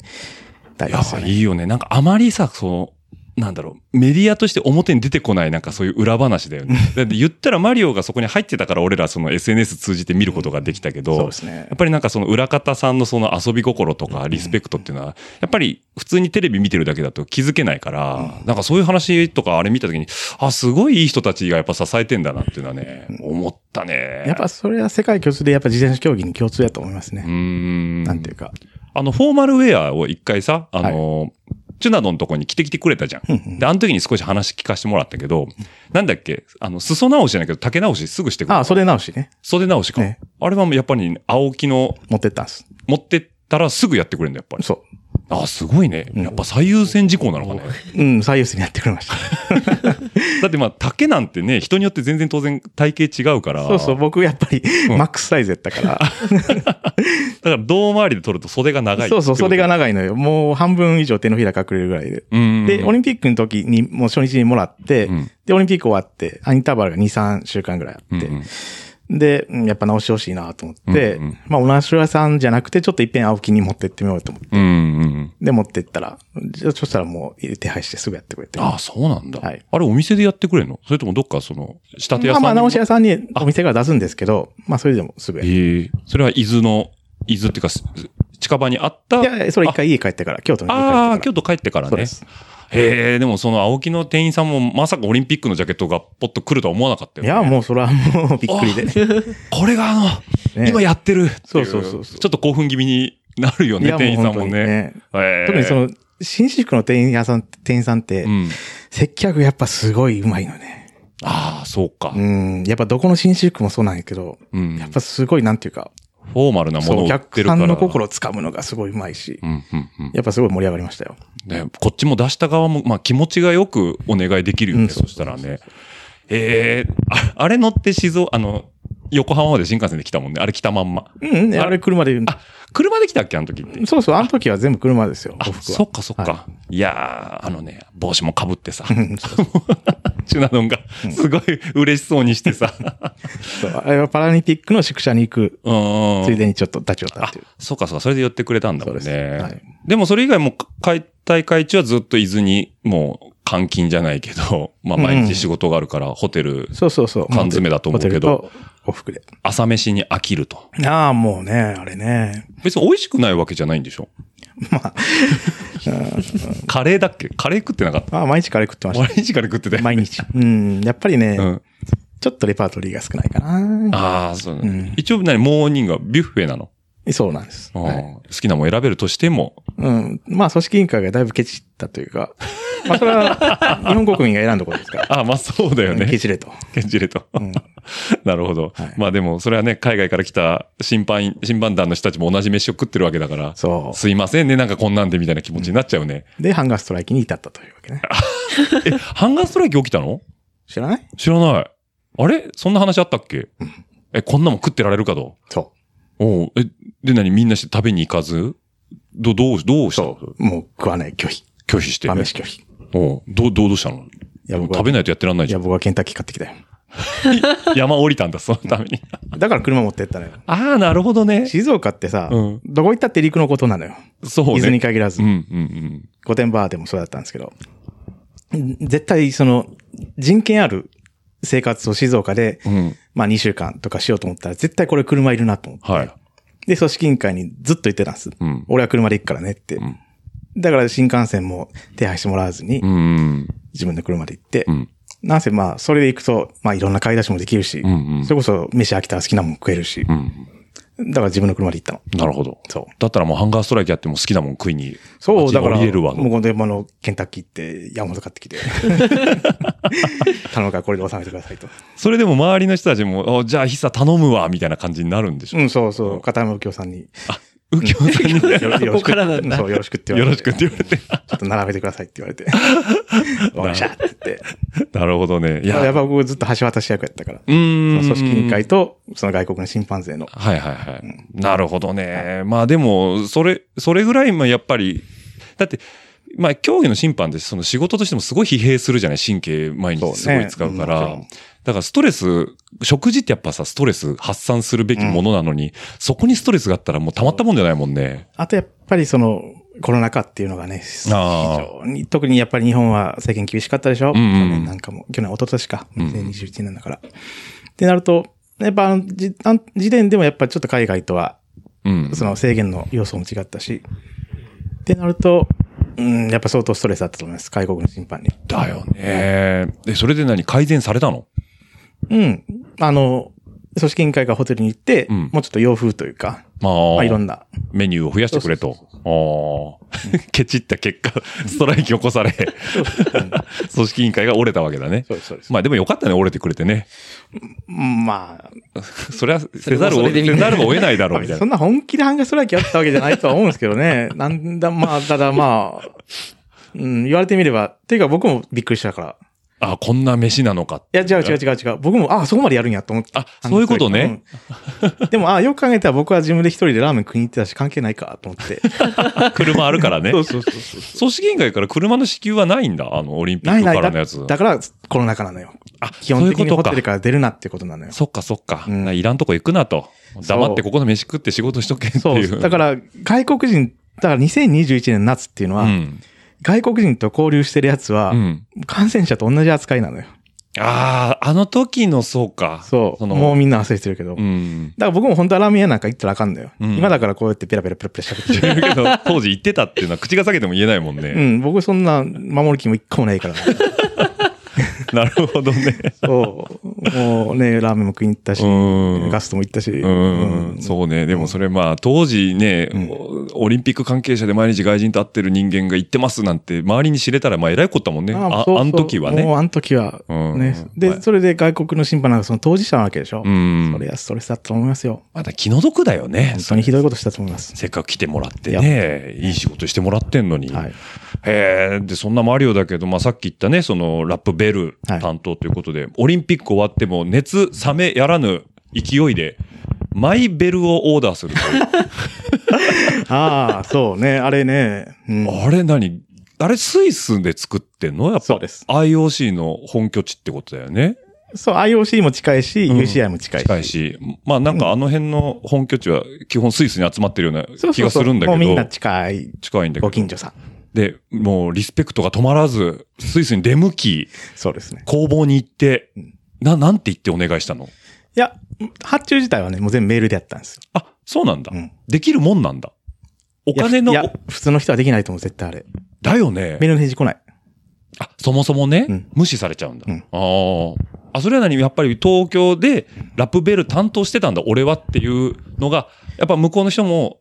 F: 大事
G: や
F: で
G: っ
F: す
G: ぱ
F: よ
G: い
F: ね。
G: いよね。なんかあまりさ、その、なんだろう、メディアとして表に出てこないなんかそういう裏話だよ ね。だって言ったらマリオがそこに入ってたから俺らその SNS 通じて見ることができたけど、
F: そうですね
G: やっぱりなんかその裏方さんのその遊び心とかリスペクトっていうのは、やっぱり普通にテレビ見てるだけだと気づけないから、なんかそういう話とかあれ見た時に、あ、すごいいい人たちがやっぱ支えてんだなっていうのはね、思ったね。
F: やっぱそれは世界共通でやっぱ自転車競技に共通だと思います
G: うー
F: ね。
G: ん。
F: なんていうか。
G: あの、フォーマルウェアを一回さ、あの、チュナドのとこに着てきてくれたじゃん。で、あの時に少し話聞かせてもらったけど、なんだっけ、あの、裾直しじゃないけど、丈直しすぐしてくれ
F: ああ、
G: る。
F: 袖直しね。
G: 袖直しか。
F: ね
G: あれはもうやっぱり、青木の
F: 持ってったんです。
G: 持ってったらすぐやってくれるんだ、やっぱり。
F: そ
G: あ、すごいね。やっぱ最優先事項なのかね。
F: う。うん、最優先にやってくれました。
G: だってまあ、丈なんてね、人によって全然当然体型違うから。
F: そうそ
G: だ
F: う、僕やっぱり
G: うん
F: マックスサイズやったから。
G: から、胴回りで取ると袖が長い。
F: そうそう、袖が
G: い。
F: 長いのよ。もう半分以上手のひら隠れるぐらいで。
G: うん。
F: で、オリンピックの時に、もう初日にもらって
G: うん、
F: で、オリンピック終わって、インターバルが2、3週間ぐらいあって
G: うん、
F: で、うんやっぱ直してほしいなと思って
G: うんうん、
F: まあ、おなし屋さんじゃなくて、ちょっと一遍青木に持ってってみようと思って。
G: うんうん。
F: で、持ってったら、じゃそしたらもう手配してすぐやってくれて。
G: ああ、そうなんだ。
F: はい
G: あれ、お店でやってくれるのそれともどっか、その、仕立て屋
F: ま
G: さ
F: あ
G: んに
F: まあ、直し屋さんにお店から出すんですけど、まあ、それでもすぐや
G: え
F: る。
G: えそれは伊豆の、伊豆っていうか、す近場にあった。
F: いや、それ一回家帰ってから、京都に家帰ってから。
G: ああ、京都帰ってから
F: そうで
G: ね。
F: す
G: へえ、でもその青木の店員さんもまさかオリンピックのジャケットがポッと来るとは思わなかったよ、
F: い
G: ね。
F: や、もうそれはもうびっくりで。
G: これがあの、
F: ね
G: 今やってるってい
F: そうそうそうそう
G: ちょっと興奮気味になるよ
F: い
G: ね、
F: や
G: 店員さん
F: もう
G: も
F: 本当に
G: ね。
F: ね
G: ええ
F: 特にその、紳士服の店員屋さん、店員さんって
G: う、ん。
F: 接客やっぱすごい上手いのね。
G: ああ、そうか
F: う。ん。やっぱどこの紳士服もそうなんやけど、
G: うん。
F: やっぱすごいなんていうか、
G: フォーマルなも
F: そ
G: の
F: う、
G: を
F: お
G: 売って
F: 客
G: るか
F: さ
G: ら。
F: んの心をつかむのがすごい上手いし
G: う、ん、うん、うん。
F: やっぱすごい盛り上がりましたよ。
G: ね、こっちも出した側も、まあ気持ちがよくお願いできるよね、
F: うん
G: そしたらね。ええああれ乗って静岡、あの、横浜まで新幹線で来たもんね。あれ来たまんま。
F: うんうん、あれ車で、
G: あ、車で来たっけあの時って。
F: そうそう、あの時は全部車ですよ、
G: あ、
F: 僕は。
G: そっかそっか。、
F: はい
G: やー、あのね、帽子もかぶってさ。
F: うんそう
G: チュナドンが、すごい嬉しそうにして さ。
F: そうあれはパラリンピックの宿舎に行く、
G: うーん。
F: ついでにちょっと立ち寄ったっ
G: あ
F: ていう。、
G: そうかそうか、それで寄ってくれたんだもん
F: そうで
G: ね。
F: す
G: で
F: はい
G: もそれ以外もか、解大会中はずっと伊豆に、もう、監禁じゃないけど、 まあ毎日仕事があるから、ホテル、
F: そうそうそう。
G: 缶詰だと思うけど
F: ホテルと往復で。
G: 朝飯に飽きると。
F: ああ、もうね、あれね。
G: 別に美味しくないわけじゃないんでしょまあ。 カレーだっけカレー食ってなかった。
F: まあ、毎日カレー食っ てまし
G: 毎日カレー食ってた
F: た。
G: よね
F: 毎日。うん、やっぱりね、
G: うん。
F: ちょっとレパートリーが少ないかな。
G: ああ、そう。
F: ん
G: 一応何、モーニングはビュッフェなの。
F: そうなんです。
G: うん
F: はい
G: 好きなもん選べるとしても、
F: うん。まあ、組織委員会がだいぶケチったとい うか、まあ、それは日本国民が選んだことですから。
G: ああ、まあそうだよ
F: うん
G: ね。
F: ケチれと。
G: ケンジレと。なるほど。
F: はい
G: まあでも、それはね、海外から来た審判員、審判団の人たちも同じ飯を食ってるわけだから、
F: そ
G: すいませんね、なんかこんなんでみたいな気持ちになっちゃう ね。
F: う。で、ハンガーストライキに至ったというわけね。
G: え、ハンガーストライキ起きたの
F: 知らない
G: 知らない。あれそんな話あったっけえ、こんなもん食ってられるかと。
F: そ
G: おうえ、で何みんなして食べに行かずど、どう、どう
F: う。
G: した
F: そう。もう食わない、拒否。
G: 拒否して。
F: 晩飯拒否。い
G: おうどう、どうどうしたの
F: や僕は
G: 食べないとやってらんないじゃ
F: や、
G: ん。
F: 僕はケンタッキー買ってきたよ。
G: 山降りたんだ、そのた めに。
F: だから車持ってったのよ。
G: ああ、なるほどね。
F: 静岡ってさ、
G: うん
F: どこ行ったって陸のことなのよ。
G: そう
F: 伊豆に
G: ね。
F: 限らず
G: うん、う。ん、うん。
F: 御殿場でもそうだったんですけど、ん絶対その人権ある生活を静岡で、
G: ん
F: まあ2週間とかしようと思ったら絶対これ車いるなと思って、
G: はい。
F: で、組織委員会にずっと言ってたんです。
G: うん
F: 俺は車で行くからねって。
G: ん
F: だから新幹線も手配してもらわずに
G: う、ん。
F: 自分の車で行って、
G: うん。
F: なんせまあ、それで行くと、まあいろんな買い出しもできるし、
G: んうん
F: それこそ飯飽きたら好きなもん食えるし、
G: うん。
F: だから自分の車で行ったの。
G: なるほど。
F: そう。
G: だったらもうハンガーストライキやっても好きなもん食いに。
F: そう、
G: 街に
F: だから、
G: 降りれるわ。
F: もう御殿場のケンタッキーって山ほど買って きて、頼むからこれで収めてくださいと。
G: それでも周りの人たちも、おじゃあヒサ頼むわ、みたいな感じになるんでしょ。
F: うん、そうそう、片山右京さんに、
G: 右京さんに、
F: よろしく
E: ここからなんだ
F: そう、よろしくって言
G: よろ
F: われ、
G: してくって言われて。
F: ちょっと並べてくださいって言われて、わかりましたって言っ て。
G: なるほどね。い
F: や
G: や、
F: っぱ僕ずっと橋渡し役やったから、
G: うーん。
F: その組織委員会とその外国の審判勢の、
G: はいはいはい。なるほどね。まあでも、それ、それぐらいもやっぱり、だって、まあ競技の審判ってその仕事としてもすごい疲弊するじゃない神経毎日すごい使うから。
F: そうねうんも
G: だからストレス、食事ってやっぱさ、ストレス発散するべきものなのに、そこにストレスがあったらもうたまったもんじゃないもんね。
F: あとやっぱりその、コロナ禍っていうのがね、非
G: あー
F: 常に、特にやっぱり日本は政権厳しかったでしょ、
G: んうん
F: 去年なんかも、去年、一昨年か、2021年だから。ってなると、やっぱあのじあの時点でもやっぱちょっと海外とは、
G: うん。
F: その制限の要素も違ったし、ってなると、うん、やっぱ相当ストレスだったと思います。外国の審判に。
G: だよね。え、それで何改善されたの
F: うん。あの、組織委員会がホテルに行って、
G: うん
F: もうちょっと洋風というか、
G: まあ、
F: まあいろんな、
G: メニューを増やしてくれと。ああ。 ケチった結果、ストライキ起こされ、 組織委員会が折れたわけだね。
F: そうです、そうです。
G: まあでもよかったね、折れてくれて ね。
F: まあ、
G: それはせざるを、
E: それもそれでみん
G: せ
E: な
G: ざるを得ないだろう みたい
F: そ
G: な。
F: んな本気でハンガーストライキやったわけじゃないとは思うんですけど ね。なんだ、まあ、ただまあ、うん、言われてみれば、っていうか僕もびっくりしたから。
G: あ、こんな飯なのか。
F: いや、違う違う違う違う。僕も、ああ、そこまでやるんやと思って。
G: あそういうことね
F: うん。でも、ああ、よく考えたら僕は自分で一人でラーメン食いに行ってたし関係ないかと思って。
G: 車あるからね。
F: そ
G: 組
F: うそうそうそう。
G: 織委員会から車の支給はないんだ。あの、オリンピッ
F: な
G: ク
F: いな
G: か
F: い
G: ら
F: だ
G: のやつ。
F: だから、コロナ禍なのよ。
G: あ、
F: 基
G: そう
F: 本
G: いう
F: 的
G: こ
F: に
G: と
F: ホ
G: か
F: テル。から出るなってことなのよ。
G: そっかそっか。
F: うん
G: ないらんとこ行くなと。
F: そう
G: 黙ってここの飯食って仕事しと けっていう。、
F: そう。だからら、外国人、だから2021年夏っていうのは、
G: うん。
F: 外国人と交流してるやつは、
G: うん。
F: 感染者と同じ扱いなのよ。
G: ああ、あの時のそうか。
F: そう。
G: の
F: もうみんな忘れてるけど。
G: うん。
F: だから僕も本当はラーメン屋なんか行ったらあかんのよ。
G: うん
F: 今だからこうやってペラペラペラペラ喋 ってる。
G: だけど、当時言ってたっていうのは口が裂けても言えないもん
F: う
G: ね。
F: ん、僕そんな守る気も一個もないから。
G: なるほど ね。
F: そう。もうね、ラーメンも食いに行ったし、
G: うん。
F: ガストも行ったし。
G: うん、そうね。でもそれまあ、当時ね、オリンピック関係者で毎日外人と会ってる人間が言ってますなんて、周りに知れたら、まあ、えらいことだもんね。あ、
F: そうそう
G: あん時はね
F: も。うあん時は。
G: うん
F: ね。
G: は
F: で、
G: い
F: それで外国の審判なんかその当事者なわけでしょ
G: う。ん。
F: それはストレスだと思いますよ。
G: まだ気の毒だよね。
F: 本当にひどいことしたと思います。
G: せっかく来てもらってね、いい仕事してもらってんのに。
F: はい。
G: へえ、で、そんなマリオだけど、まあ、さっき言ったね、その、ラップベル担当ということで、オリンピック終わっても、熱冷めやらぬ勢いで、マイベルをオーダーするという。
F: ああ、そうね。あれね。うん
G: あれ何あれスイスで作ってんのやっ
F: そ
G: ぱ
F: うです。
G: IOC の本拠地ってことだよね。
F: そう、IOC も近いし、
G: ん
F: UCI も近いし。
G: 近いし。まあなんかあの辺の本拠地は基本スイスに集まってるよう
F: そう
G: な
F: そうそう
G: 気がするんだ
F: もうみ
G: け
F: んな
G: ど。
F: 近い。
G: 近いんだ
F: ご
G: けど。
F: 近所さん。
G: で、もうリスペクトが止まらず、スイスに出向き、
F: そうですね。
G: 工房に行って
F: うん、
G: な、なんて言ってお願いしたの
F: いや、発注自体はね、もう全部メールでやったんですよ。
G: あ、そうなんだ
F: うん。
G: できるもんなんだ。お
F: お
G: 金の
F: い、や、普通の人はできないと思う、絶対あれ。
G: だよね
F: メー。ルの返事来ない。
G: あ、そもそもね、
F: うん
G: 無視されちゃうんだ。
F: うん
G: あーあ。それなりにやっぱり東京でラップベル担当してたんだ、俺はっていうのが、やっぱ向こうの人も、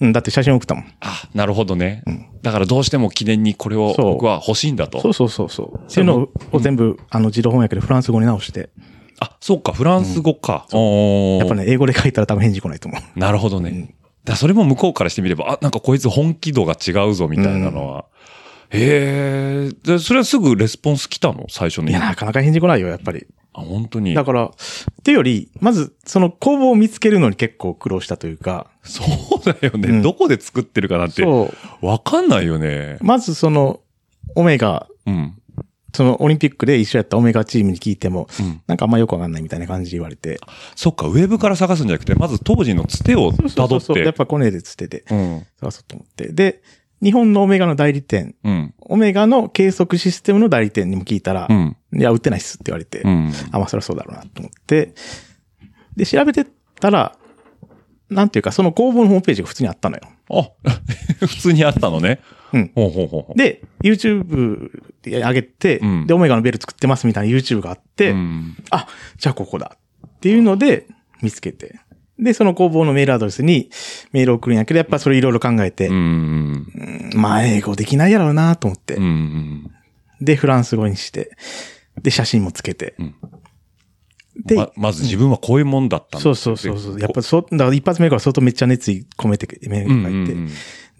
F: うん、だって写真送ったもん。
G: あ、なるほどね。だからどうしても記念にこれを
F: そう
G: 僕は欲しいんだ
F: そ
G: と
F: う。そうそうそう。っていうのを全部、あの、自動翻訳でフランス語に直して、
G: あ、そうか、フランス語か。おー
F: やっぱね、英語で書いたら多分返事来ないと思う。
G: なるほどね。
F: うん
G: だからそれも向こうからしてみれば、あ、なんかこいつ本気度が違うぞ、みたいなのは。へえ、でそれはすぐレスポンス来たの最初に。
F: いや、なかなか返事来ないよ、やっぱり。
G: ああ本当に。
F: だから、っていうより、まず、その工房を見つけるのに結構苦労したというか、
G: そうだよね、
F: うん
G: どこで作ってるかなんて、
F: そ
G: わかんないよね。
F: う。まずその、オメガ、
G: うん。
F: そのオリンピックで一緒やったオメガチームに聞いても、
G: うん。
F: なんかあんまよくわかんないみたいな感じで言われて。
G: そっか、ウェブから探すんじゃなくて、まず当時のつてを
F: そうそう
G: 辿
F: そ
G: っ。
F: う。やってぱコネでつってて、
G: うん。
F: 探そうと思って。で、日本のオメガの代理店、
G: うん。
F: オメガの計測システムの代理店にも聞いたら
G: う、ん。
F: いや、売ってないっすって言われて、
G: うん。
F: あ、まあそりゃそうだろうなと思って、で、調べてったら、なんていうか、その工房のホームページが普通にあったのよ。
G: あ、 普通にあったのね。
F: うん
G: ほうほうほうほう。
F: で、YouTube で上げて、
G: うん
F: で、オメガのベル作ってますみたいな YouTube があって、
G: うん
F: あ、じゃあここだっていうので見つけて、で、その工房のメールアドレスにメールを送るんやけど、やっぱそれいろいろ考えて、
G: うん。
F: まあ英語できないやろうなと思って、
G: うん。
F: で、フランス語にして、で、写真もつけて、
G: ん
F: で、
G: ま、まず自分はこういうもんだったんだ
F: そうそうそうそう。やっぱそう、だから一発目から相当めっちゃ熱意込めてメー
G: うんう
F: ル書
G: んう
F: いて、
G: ん。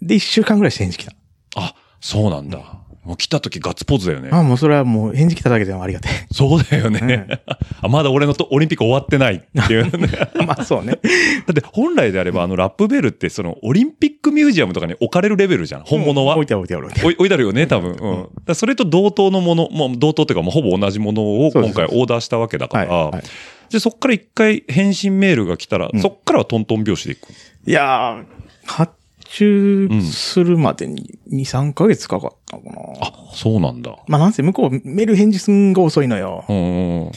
F: で、一週間ぐらいして返事来た。
G: あ、そうなんだ。もう来た時ガッツポーズだよね。
F: あ、もうそれはもう返事来ただけでもありがたい。
G: そうだよね。 あまだ俺のとオリンピック終わってないっていうね。だ
F: まあそうね。
G: って本来であればあのラップベルってそのオリンピックミュージアムとかに置かれるレベルじゃん。本物は。
F: 置いてある置いてある置いてある
G: おい置いてあるよね、多分。うん。だからそれと同等のもの、もう同等というかもうほぼ同じものを
F: そうで
G: 今
F: す
G: 回オーダーしたわけだか
F: はいは
G: ら
F: い。
G: で、そっから一回返信メールが来たら、そっからはトントン拍子でいく。
F: いやー、発注するまでに2、3ヶ月かかったかな。
G: あ、そうなんだ。
F: まあなんせ向こうメール返事すんごい遅いのよ
G: う。んうん
F: う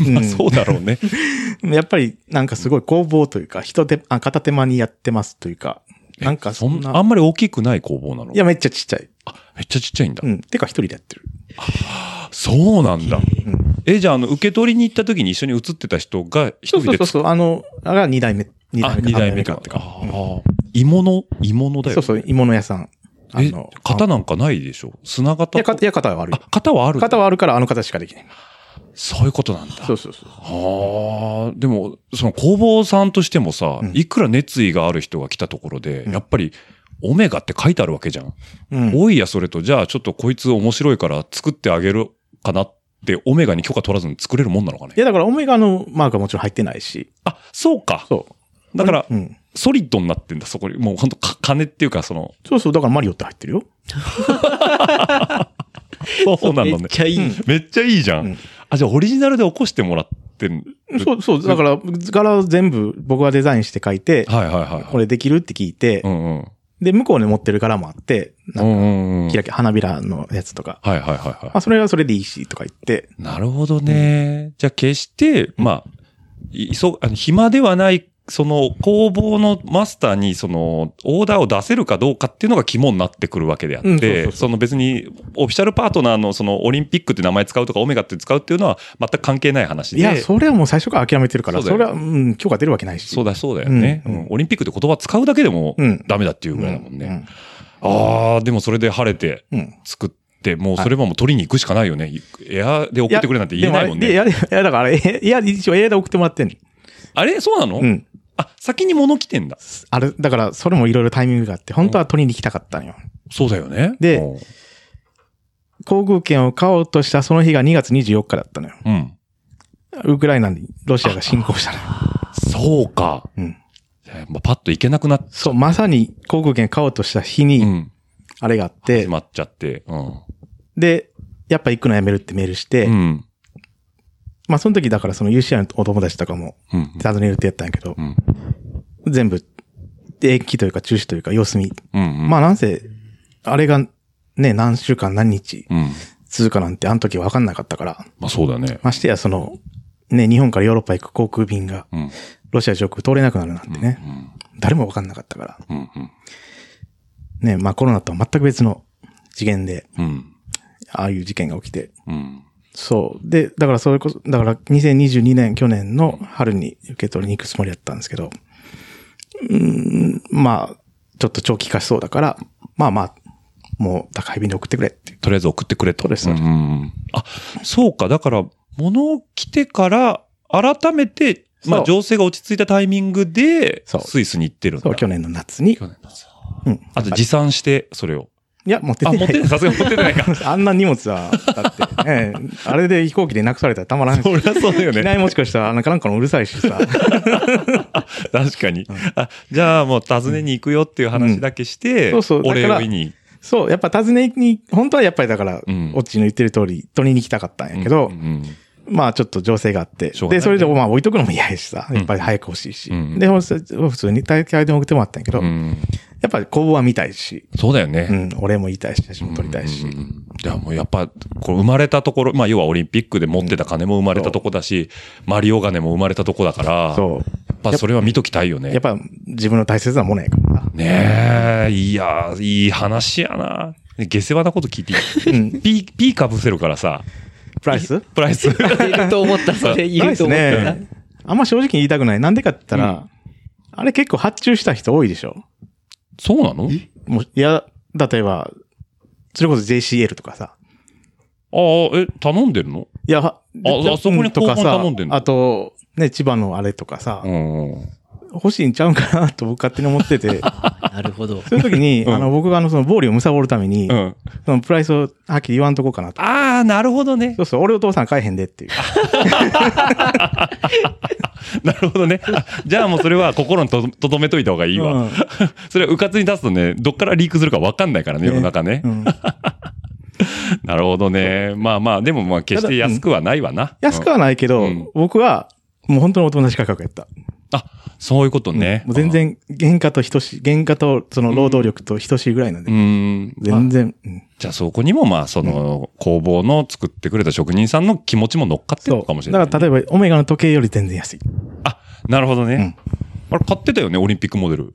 G: うん。
F: ん
G: まあそうだろうね。
F: やっぱりなんかすごい工房というか、人手、あ、片手間にやってますというか、なんか
G: そ
F: そん
G: ん
F: な。
G: な、あんまり大きくない工房なの
F: いや、めっちゃちっちゃい。
G: めっちゃちっちゃいんだ
F: う。ん。てか一人でやってる。
G: そうなんだ。
F: うん。
G: え、じゃあ、あの、受け取りに行った時に一緒に写ってた人が一
F: そうそ
G: 人
F: う
G: で
F: そう
G: 作っ
F: そう。あの、あが二代目、二
G: あ、
F: 代目か
G: 二代目か。
F: 三代目か
G: あー鋳物鋳物だ
F: そ
G: よ
F: う。そう、鋳物屋さん。あ
G: え
F: の、、
G: 型なんかないでしょ砂
F: い
G: 型
F: や、かいや型はある
G: あ
F: よ。、
G: 型はある
F: 型はあるからあの型しかできない。
G: そういうことなんだ。
F: そうそうそう。
G: はあ、でも、その工房さんとしてもさ
F: う、ん
G: いくら熱意がある人が来たところで、
F: ん
G: やっぱり、オメガって書いてあるわけじゃん。
F: うん。
G: おいや、それと、じゃあちょっとこいつ面白いから作ってあげるかなって、オメガに許可取らずに作れるもんなのかね
F: い。や、だからオメガのマークはもちろん入ってないし。
G: あ、そうか。
F: そう。
G: だから
F: う、ん。
G: ソリッドになってんだ、そこに。もうほんと、か金っていうか、その、
F: そうそう、だからマリオって入ってるよ。
G: そうなの
E: め
G: ね
E: っ。ちゃいい。
G: めっちゃいいじゃん。
F: うん
G: あ、じゃあオリジナルで起こしてもらってん。
F: そうそう、だから柄を全部僕がデザインして書いて、
G: はいはいはい。
F: これできるって聞いて
G: う、んうん。
F: で、向こうに持ってる柄もあって、
G: う
F: なんんか
G: うんうん。
F: キラキラ花びらのやつとか、
G: はいはいはいはい
F: まあ。それはそれでいいしとか言って、
G: なるほどね。じゃあ決して、まあ、いそあの暇ではない、その工房のマスターにそのオーダーを出せるかどうかっていうのが肝になってくるわけであって、
F: うんそうそうそ
G: そうの別にオフィシャルパートナーのそのオリンピックって名前使うとかオメガって使うっていうのは全く関係ない話で。
F: いや、それはもう最初から諦めてるから、
G: そうだよ
F: それは、うん、許可出るわけないし。
G: そうだそうだよね、
F: うんうん
G: うんオリンピックって言葉使うだけでも
F: うん
G: ダメだっていう
F: うん。
G: ぐらいだもんね。
F: うん
G: ああ、でもそれで晴れて
F: うん。
G: 作って、もうそれはもう取りに行くしかないよね。エアで送ってくれなんて言えないもんね。
F: であれいや、いやだから、えいや、一応、エアで送ってもらってんの。
G: あれそうなの、
F: うん。
G: あ、先に物来てんだ。
F: あれ、だから、それもいろいろタイミングがあって、本当は取りに行きたかったのよ。
G: そうだよね。
F: で
G: うん
F: 航空券を買おうとしたその日が2月24日だったのよ。
G: うん。
F: ウクライナにロシアが侵攻したのよ。
G: そうか。
F: うん。
G: えーまあ、パッと行けなくなっ
F: そう、まさに航空券買おうとした日
G: う
F: に、
G: ん、
F: あれがあっ
G: 始
F: て、
G: まっちゃって。うん。
F: で、やっぱ行くのやめるってメールして、
G: うん。
F: まあその時だからその UCI のお友達とかも
G: うん。
F: 訪ねるってやったんやけど
G: う、ん。
F: 全部、延期というか中止というか様子見。
G: うん。
F: ま
G: あ、
F: あなんせ、あれがね、何週間何日
G: うん。
F: 続くかなんてあの時分かんなかったから、
G: まあ、そうだね。
F: ましてやその、ね、日本からヨーロッパ行く航空便が
G: うん。
F: ロシア上空通れなくなるなんてね、
G: うん。
F: 誰も分かんなかったから、
G: うん。うん。
F: ね、まあコロナとは全く別の次元で、
G: うん。
F: ああいう事件が起きて、
G: うん。
F: そう。で、だからそれこそ、だから2022年、去年の春に受け取りに行くつもりだったんですけど、うーん、まあ、ちょっと長期化しそうだから、まあまあ、もう宅配便で送ってくれっていう。
G: とりあえず送ってくれと。
F: そうですそうです
G: ん。あ、そうか。だから、物来てから、改めて、まあ、
F: そう
G: 情勢が落ち着いたタイミングで、
F: そう
G: スイスに行ってるんだ。
F: そう、去年の夏に
G: 去。年だ。
F: うん。
G: あと、持参して、それを。
F: いや、持って
G: あ、
F: て
G: 持
F: な
G: ってないい。さすがに持ってない か。
F: あんな荷物は、だって、ええ あれで飛行機でなくされたらたまらんし
G: そ。りゃそうだよ
F: 機
G: ね。
F: 内もしかしたら、なんかなんかのうるさい しさ。
G: 確かに。あ、じゃあもう訪ねに行くよっていう話だけして、
F: うんそうそう
G: お礼
F: だ
G: を
F: から
G: 言いに。
F: そう、やっぱ訪ねに、本当はやっぱりだから、
G: うん
F: オッチーの言ってる通り、取りに来たかったんやけど、
G: うんうん
F: まあちょっと情勢があって、
G: しょうがないね
F: で、それでまあ置いとくのも嫌やしさ、やっぱり早く欲しいし、
G: うん
F: で、ほんと普通に大会で送ってもらったんやけど、
G: う
F: や
G: ん
F: っぱり工房は見たいし、
G: そうだよ
F: う
G: ね。
F: ん、俺も言いたいし、写真も撮りたい
G: う
F: し、
G: んうんじゃあもうやっぱ、こう生まれたところ、まあ要はオリンピックで持ってた金も生まれたとこだし、マリオ金も生まれたとこだから、や
F: そ
G: っぱそれは見ときたいよ
F: う。
G: ね
F: やっ。ぱ自分の大切なものやからさ。
G: ねえ、いや、いい話やな。下世話なこと聞いてい
F: うん
G: い ?P、P かぶせるからさ。
F: プライス
G: プライ ス。
E: 言ると思った、それ
F: プラ
E: 言
F: イ
E: う
F: ス
E: と思ったな。
F: ね。あんま正直に言いたくない。なんでかって言ったら、あれ結構発注した人多いでしょ
G: そうなの
F: もう、いや、例えば、それこそ JCL とかさ。
G: ああ、え、頼んでるの
F: いや、あ
G: あそこに交換頼んでんの
F: あと、ね、千葉のあれとかさ、
G: うんうん。
F: 欲しいんちゃうんかなと僕勝手に思って て、
E: なるほど。
F: そういう時に、あの、僕があの、その、暴利を貪るために、
G: うん。
F: その、プライスをはっきり言わんとこうかなと。
G: ああ、なるほどね
F: そ。うそう、俺お父さん買えへんでっていう。
G: なるほどね。 あじゃあもうそれは心にとどとどめといた方がいいわ。
F: うん
G: それはうかつに出すとね、どっからリークするかわかんないからね、世の中ね。
F: うん
G: なるほどね。まあまあ、でもまあ決して安くはないわな。
F: 安くはないけど、
G: うん
F: 僕は、もう本当にお友達価格やった。
G: あ、そういうことね。
F: もう全然、原価と等しい、原価とその労働力と等しいぐらいなん
G: う
F: で、
G: ん。
F: 全然、うん
G: じゃあそこにもまあその工房の作ってくれた職人さんの気持ちも乗っかってる
F: そ
G: の
F: う。
G: かもしれない、
F: だから例えば、オメガの時計より全然安い。
G: あ、なるほどね。あれ買ってたよね、オリンピックモデル。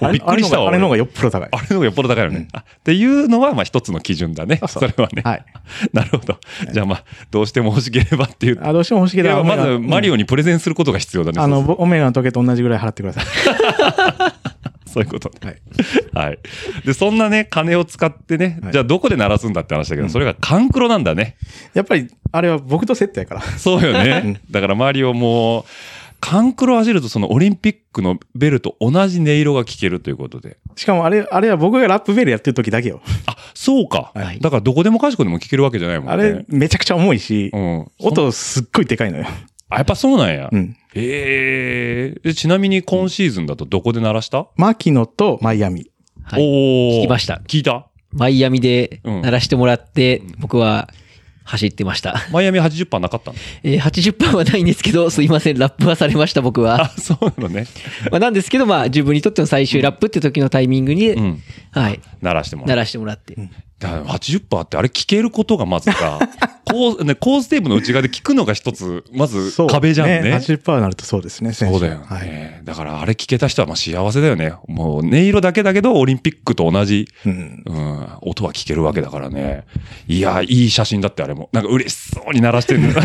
F: あ
G: び
F: れ
G: っくりしたわ。
F: あれの方があれの方が
G: 俺
F: よっぽど高い。
G: あれの方がよっぽど高いよね。あっていうのは、まあ一つの基準だね。
F: あ
G: そ
F: そう
G: れはね。
F: はい。
G: なるほど。じゃあまあ、どうしても欲しければっていう。
F: あ、どうしても欲しいけ
G: い
F: ど
G: や、まず、マリ
F: オ、
G: オにプレゼンすることが必要だね。
F: あの、
G: そう
F: ぼオメガの時計と同じぐらい払ってください。
G: そういうことね。 はい。で、そんなね、金を使ってね、
F: はい
G: じゃあどこで鳴らすんだって話だけど、それがカンクロなんだね。
F: やっぱり、あれは僕とセットやから。
G: そうよね。だからマリオも、カンクロを走るとそのオリンピックのベルと同じ音色が聴けるということで。
F: しかもあれ、あれは僕がラップベルやってる時だけよ。
G: あ、そうか。
E: はい
G: だからどこでもかしこでも聴けるわけじゃないもんね。
F: あれ、めちゃくちゃ重いし
G: う、ん。そん
F: 音すっごいでかいのよ。
G: あ、やっぱそうなんや。
F: うん。
G: ええでちなみに今シーズンだとどこで鳴らした、
F: 牧野とマイアミ。
E: はい
G: おお。
E: 聞きました
G: 聞いた
E: マイアミで
G: うん
E: 鳴らしてもらって、僕は走ってました。
G: マイアミ80%なかったの
E: えー80%はないんですけど、すいません、ラップはされました、僕
G: あ
E: は。、
G: そうなのね。
E: まあ、なんですけど、まあ、自分にとっての最終ラップって時のタイミングに、
G: うん。
E: はい、
G: 鳴らしてもら
E: 鳴
G: う。
E: らしてもらって。
G: だから80%ってあれ聞けることがまず さ、コース、ね、コーステープの内側で聞くのが一つ、まず
F: そう
G: 壁じゃんね。
F: 80%になるとそうですね、選
G: そ
F: 手
G: うだよね。
F: はい。
G: だからあれ聞けた人はまあ幸せだよね。もう音色だけだけど、オリンピックと同じ、
F: うん。
G: うん、音は聞けるわけだからね。いや、いい写真だってあれも。なんか嬉しそうに鳴らして るんだ。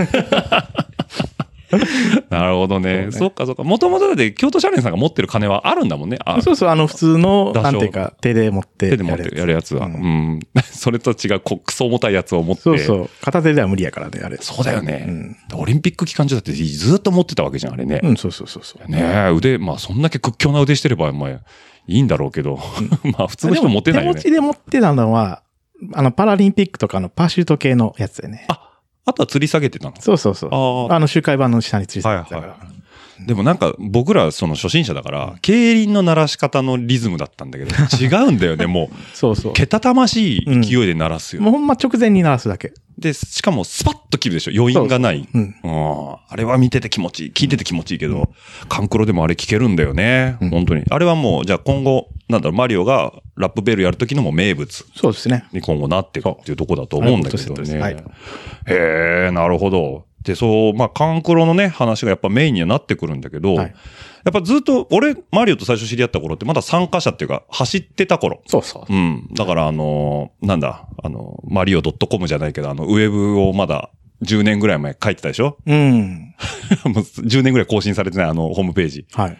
G: なるほどね。そっかそっか。もともとだって京都シャレンさんが持ってる金はあるんだもんね。あ
F: そうそう、あの、普通の、
G: 打鐘
F: なんていうか、手で持って。
G: 手で持ってやるやつは。う
F: うん
G: ん。 それと違う、こクソ重たいやつを持って。
F: そうそう。片手では無理やからね、あれ。
G: そうだよね。
F: うん
G: オリンピック期間中だってずっと持ってたわけじゃん、あれね。
F: うん、そうそうそうそう。
G: ねえ、腕、まあそんだけ屈強な腕してれば、まあいいんだろうけど、 まあ普通の人持てないよね
F: 手持。ちで持ってたのは、あの、パラリンピックとかのパシュート系のやつだよね。
G: あとは吊り下げてたの。
F: そうそうそう。
G: あー
F: あの、周回版の下についてた
G: はい
F: か
G: はい
F: ら。
G: でもなんか僕らその初心者だから、競輪の鳴らし方のリズムだったんだけど、違 うんだよね、も
F: そうそう
G: う。。けたたましい勢いで鳴らすよ。
F: もうほんま直前に鳴らすだけ。
G: で、しかもスパッと切るでしょ、余韻がない。
F: う
G: う
F: ん。
G: んあれは見てて気持ちいい。聞いてて気持ちいいけど、カンクロでもあれ聞けるんだよね。
F: うん
G: 本当に。あれはもう、じゃあ今後、なんだろう、マリオがラップベルやるときのもう名物。
F: そうですね。
G: に今後なっていくっていうとこだと思うんだけど
F: そうあれ
G: ね。
F: は本当
G: へえ、なるほど。で、そう、まあ、カンクロのね、話がやっぱメインにはなってくるんだけど、
F: はい
G: やっぱずっと、俺、マリオと最初知り合った頃って、まだ参加者っていうか、走ってた頃。
F: そうそう
G: う。ん。だから、あのーなんだ、あの、マリオ .com じゃないけど、あの、ウェブをまだ10年ぐらい前書いてたでしょ
F: うん。
G: もう ?10 年ぐらい更新されてない、あの、ホームページ。
F: はい。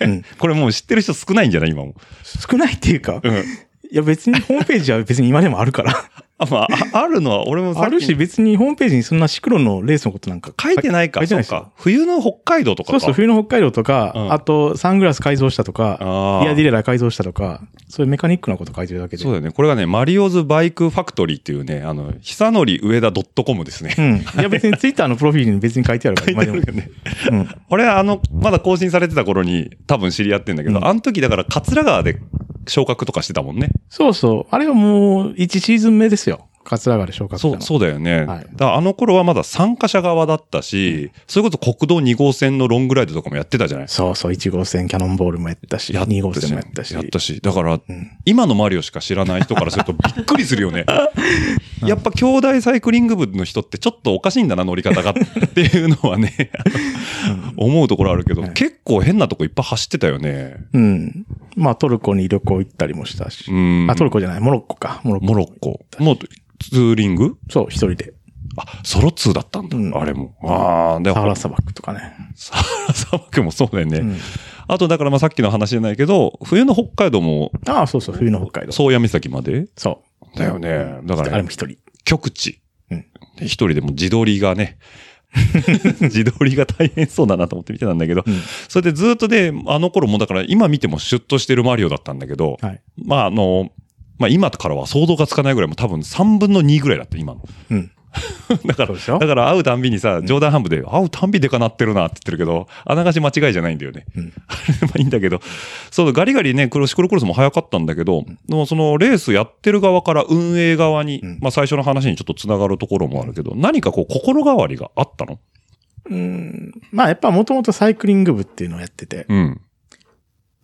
F: うん、
G: これもう知ってる人少ないんじゃない今も。
F: 少ないっていうか、
G: うん。
F: いや別にホームページは別に今でもあるから。
G: あ、まあ、ああるのは俺もさっき
F: あるし、別にホームページにそんなシクロのレースのことなんか
G: 書いてないか。
F: 書いて
G: そ
F: な
G: う
F: いです
G: か
F: よ。
G: 冬の北海道とか
F: そう
G: か。
F: そう、冬の北海道とか、
G: うん
F: あと、サングラス改造したとか、
G: あー
F: イヤーディレイラー改造したとか、そういうメカニックなこと書いてるだけで。
G: そうだよね。これがね、マリオズバイクファクトリーっていうね、あの、久則上田 .com ですね。
F: うん。いや別にツイッターのプロフィールに 別に書いてあるから、今でも。うん。
G: 俺はあの、まだ更新されてた頃に多分知り合ってんだけど、
F: うん
G: あの時だから桂川で昇格とかしてたもんね。
F: そうそう。あれはもう、1シーズン目ですよ。桂川で昇格した
G: そ
F: の。
G: う、そうだよね。
F: はい
G: だからあの頃はまだ参加者側だったし、それこそ国道2号線のロングライドとかもやってたじゃない
F: そうそう、1号線キャノンボールもやったし、
G: やって
F: 2号線もやったし。
G: やったし。だから、
F: ん
G: 今のマリオしか知らない人からするとびっくりする よね。やっぱ兄弟サイクリング部の人ってちょっとおかしいんだな、乗り方がっていうのはね、思うところあるけど、
F: はい
G: 結構変なとこいっぱい走ってたよね。
F: うん。まあ、トルコに旅行行ったりもしたし
G: う。ん。
F: あ、トルコじゃない、モロッコか。モロッコ。
G: モロッコ。もうツーリング
F: そう、一人で。
G: あ、ソロツーだったんだ。
F: うん
G: あれも。ああ、で、
F: サハ
G: ほら
F: ラ砂漠とかね。
G: サ ハラ砂漠もそうだよね。
F: うん
G: あと、だからまあさっきの話じゃないけど、冬の北海道も、
F: ああ、そうそう、冬の北海道。
G: 宗谷岬まで
F: そ
G: だよね。だ
F: う。
G: か
F: あれ
G: ら
F: も、一人。
G: 極地。
F: うん
G: で一人でも自撮りがね、 自撮りが大変そうだなと思って見てたんだけど、
F: うん
G: それでずっとで、あの頃もだから今見てもシュッとしてるマリオだったんだけど、
F: はい。
G: まああの、まあ今からは想像がつかないぐらいもう多分3分の2ぐらいだって今の。
F: うん。
G: だか
F: そう
G: ら、
F: でしょ
G: だから会うたんびにさ、冗談半分で、会うたんびでかなってるなって言ってるけど、あながち間違いじゃないんだよね。
F: うん
G: まあいいんだけど、そう、ガリガリね、クロシクロクロスも早かったんだけど、でもそのレースやってる側から運営側に、
F: うん
G: まあ最初の話にちょっとつながるところもあるけど、何かこう心変わりがあったの
F: うん。まあ、やっぱもともとサイクリング部っていうのをやってて、
G: うん。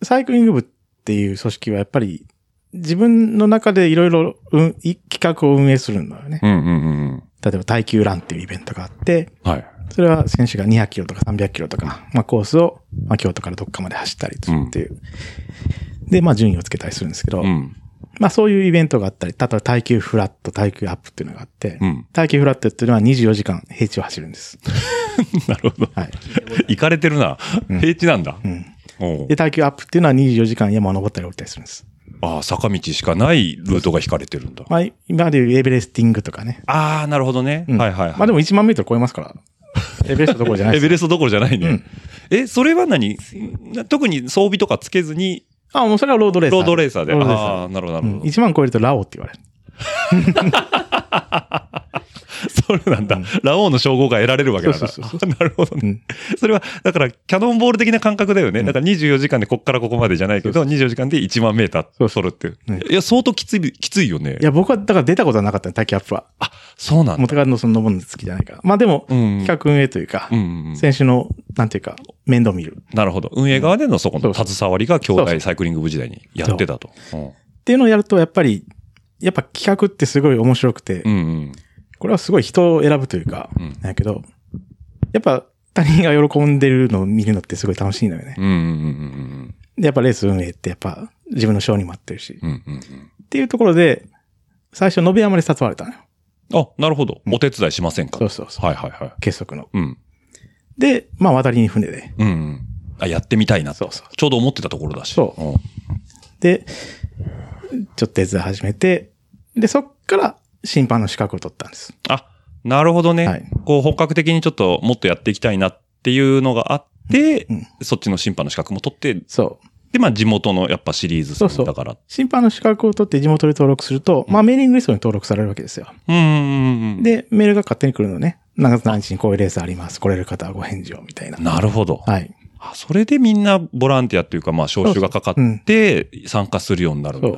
F: サイクリング部っていう組織はやっぱり、自分の中でいろいろうんい企画を運営するんだよね。
G: うんうんうん
F: 例えば耐久ランっていうイベントがあって、
G: うん。はい。
F: それは選手が200キロとか300キロとか、まあコースを、まあ京都からどっかまで走ったりするっていう。で、まあ順位をつけたりするんですけど、
G: うん。
F: まあそういうイベントがあったり、例えば耐久フラット、耐久アップっていうのがあって、
G: うん。
F: 耐久フラットっていうのは24時間平地を走るんです。
G: なるほど。
F: はい。
G: 行かれてるな。平地なんだ。
F: うん。
G: おう
F: で、耐久アップっていうのは24時間山を登ったり降りたりするんです。
G: ああ、坂道しかないルートが引かれてるんだ。
F: まあ今までいうエベレスティングとかね。
G: ああ、なるほどね。
F: うん
G: はいはいはい。
F: まあでも1万メートル超えますから。エベレストどころじゃない
G: エ
F: です。
G: ベレストどころじゃないね。
F: うん
G: え、それは何な特に装備とかつけずに、
F: あ、もうそれはロードレーサー。
G: ロードレーサーで。
F: ロードレーサー
G: ああ、なるほど、なるほど。
F: 1万超えるとラオって言われる。
G: それなんだ。ラオウの称号が得られるわけなんだ。
F: そう
G: あ
F: そう
G: なるほど
F: う
G: ね
F: ん。
G: それは、だから、キャノンボール的な感覚だよね。だから24時間でこっからここまでじゃないけど、24時間で1万メーター取るっていう
F: そうそう。
G: いや、相当きつい、きついよね
F: い。や、僕はだから出たことはなかったね、耐久アップは。
G: あ、そうなんだ。
F: 元からのその登るの好きじゃないから。まあでも、
G: うん
F: 企画運営というか
G: う、んうん。
F: 選手の、なんていうか、面倒見る。
G: なるほど。運営側でのそこ
F: そ
G: の
F: うそう
G: 携わりが兄
F: そうそ
G: 弟
F: う
G: サイクリング部時代にやってたと。うん
F: っていうのをやると、やっぱり、やっぱ企画ってすごい面白くて、
G: うんうん。
F: これはすごい人を選ぶというか、
G: うん
F: なんやけど、やっぱ他人が喜んでるのを見るのってすごい楽しいのよね。
G: うんうんうん
F: で、やっぱレース運営ってやっぱ自分の性にも合ってるし、
G: うんうん。うんうんうん。
F: っていうところで、最初、延山で誘われたのよ。
G: あ、なるほど。お手伝いしませんか
F: そうそうそう。
G: はいはいはい。
F: 結束の。
G: うん。
F: で、まあ渡りに船で。
G: うんうん。あ、やってみたいなと。
F: そうそう。
G: ちょうど思ってたところだし。
F: そうで、ちょっと手伝い始めて、で、そっから審判の資格を取ったんです。
G: んあ、なるほどね。
F: はい
G: こう、本格的にちょっともっとやっていきたいなっていうのがあって、
F: うん
G: そっちの審判の資格も取って、
F: そう。
G: で、まあ地元のやっぱシリーズ
F: そうそう
G: だから。
F: 審判の資格を取って地元で登録すると、まあメーリングリストに登録されるわけですよ。
G: うんうんうんうん。
F: で、メールが勝手に来るのね。何月何日にこういうレースあります。来れる方はご返事を、みたいな。
G: なるほど。
F: はい。
G: あそれでみんなボランティアというか、まあ、招集がかかって参加するようになるんだ。
F: そ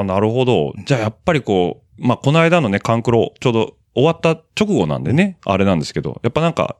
G: ああ、なるほど。じゃあ、やっぱりこう、まあ、この間のね、カンクロ、ちょうど終わった直後なんでね、あれなんですけど、やっぱなんか、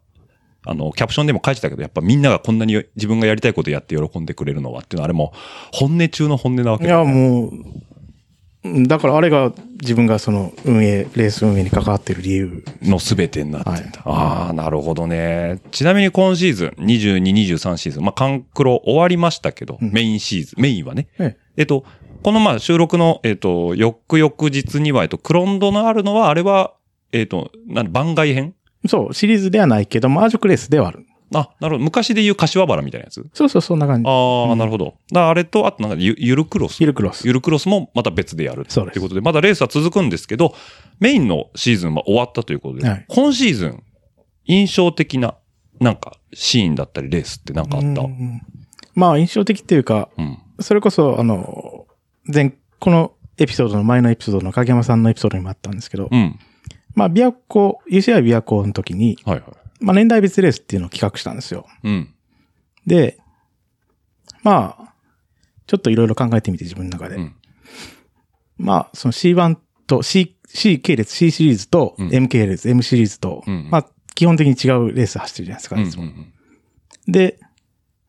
G: あの、キャプションでも書いてたけど、やっぱみんながこんなに自分がやりたいことやって喜んでくれるのはっていうのは、あれも本音中の本音なわ
F: い
G: けだ
F: や、もう、うんだからあれが自分がその運営、レース運営に関わってる理由。
G: のすべてになってんだ。
F: はい
G: ああ、なるほどね。ちなみに今シーズン、22、23シーズン、まあ、カンクロ終わりましたけど、
F: うん
G: メインシーズン、メインはね、
F: え
G: えっと、このまあ収録の、えっと、翌々日には、えっと、クロンドのあるのは、あれは、えっと、なん番外編
F: えそう、シリーズではないけども、アージョクレースではある。
G: あ、なるほど。昔で言う柏原みたいなやつ。
F: そうそう、そんな感じ。
G: ああ、
F: うん
G: なるほど。だからあれと、あとなんかゆ、ゆるクロス。
F: ゆるクロス。
G: ゆるクロスもまた別でやる
F: そうです
G: ということで、まだレースは続くんですけど、メインのシーズンは終わったということで、
F: はい
G: 今シーズン、印象的な、なんか、シーンだったり、レースってなんかあった。
F: うんうんまあ印象的っていうか、
G: うん。
F: それこそ、あの、前、このエピソードの前のエピソードの影山さんのエピソードにもあったんですけど
G: う、ん。
F: まあ、琵琶湖、UCI 琵琶湖の時に、
G: はいはい。
F: まあ、年代別レースっていうのを企画したんですよ。
G: うん。
F: で、まあ、ちょっといろいろ考えてみて自分の中で。
G: うん
F: まあ、その C1 と C、C 系列、C シリーズと
G: うん
F: M 系列、M シリーズと、
G: うん
F: まあ、基本的に違うレース走ってるじゃないですか、
G: うんう
F: いつも
G: ん。
F: で、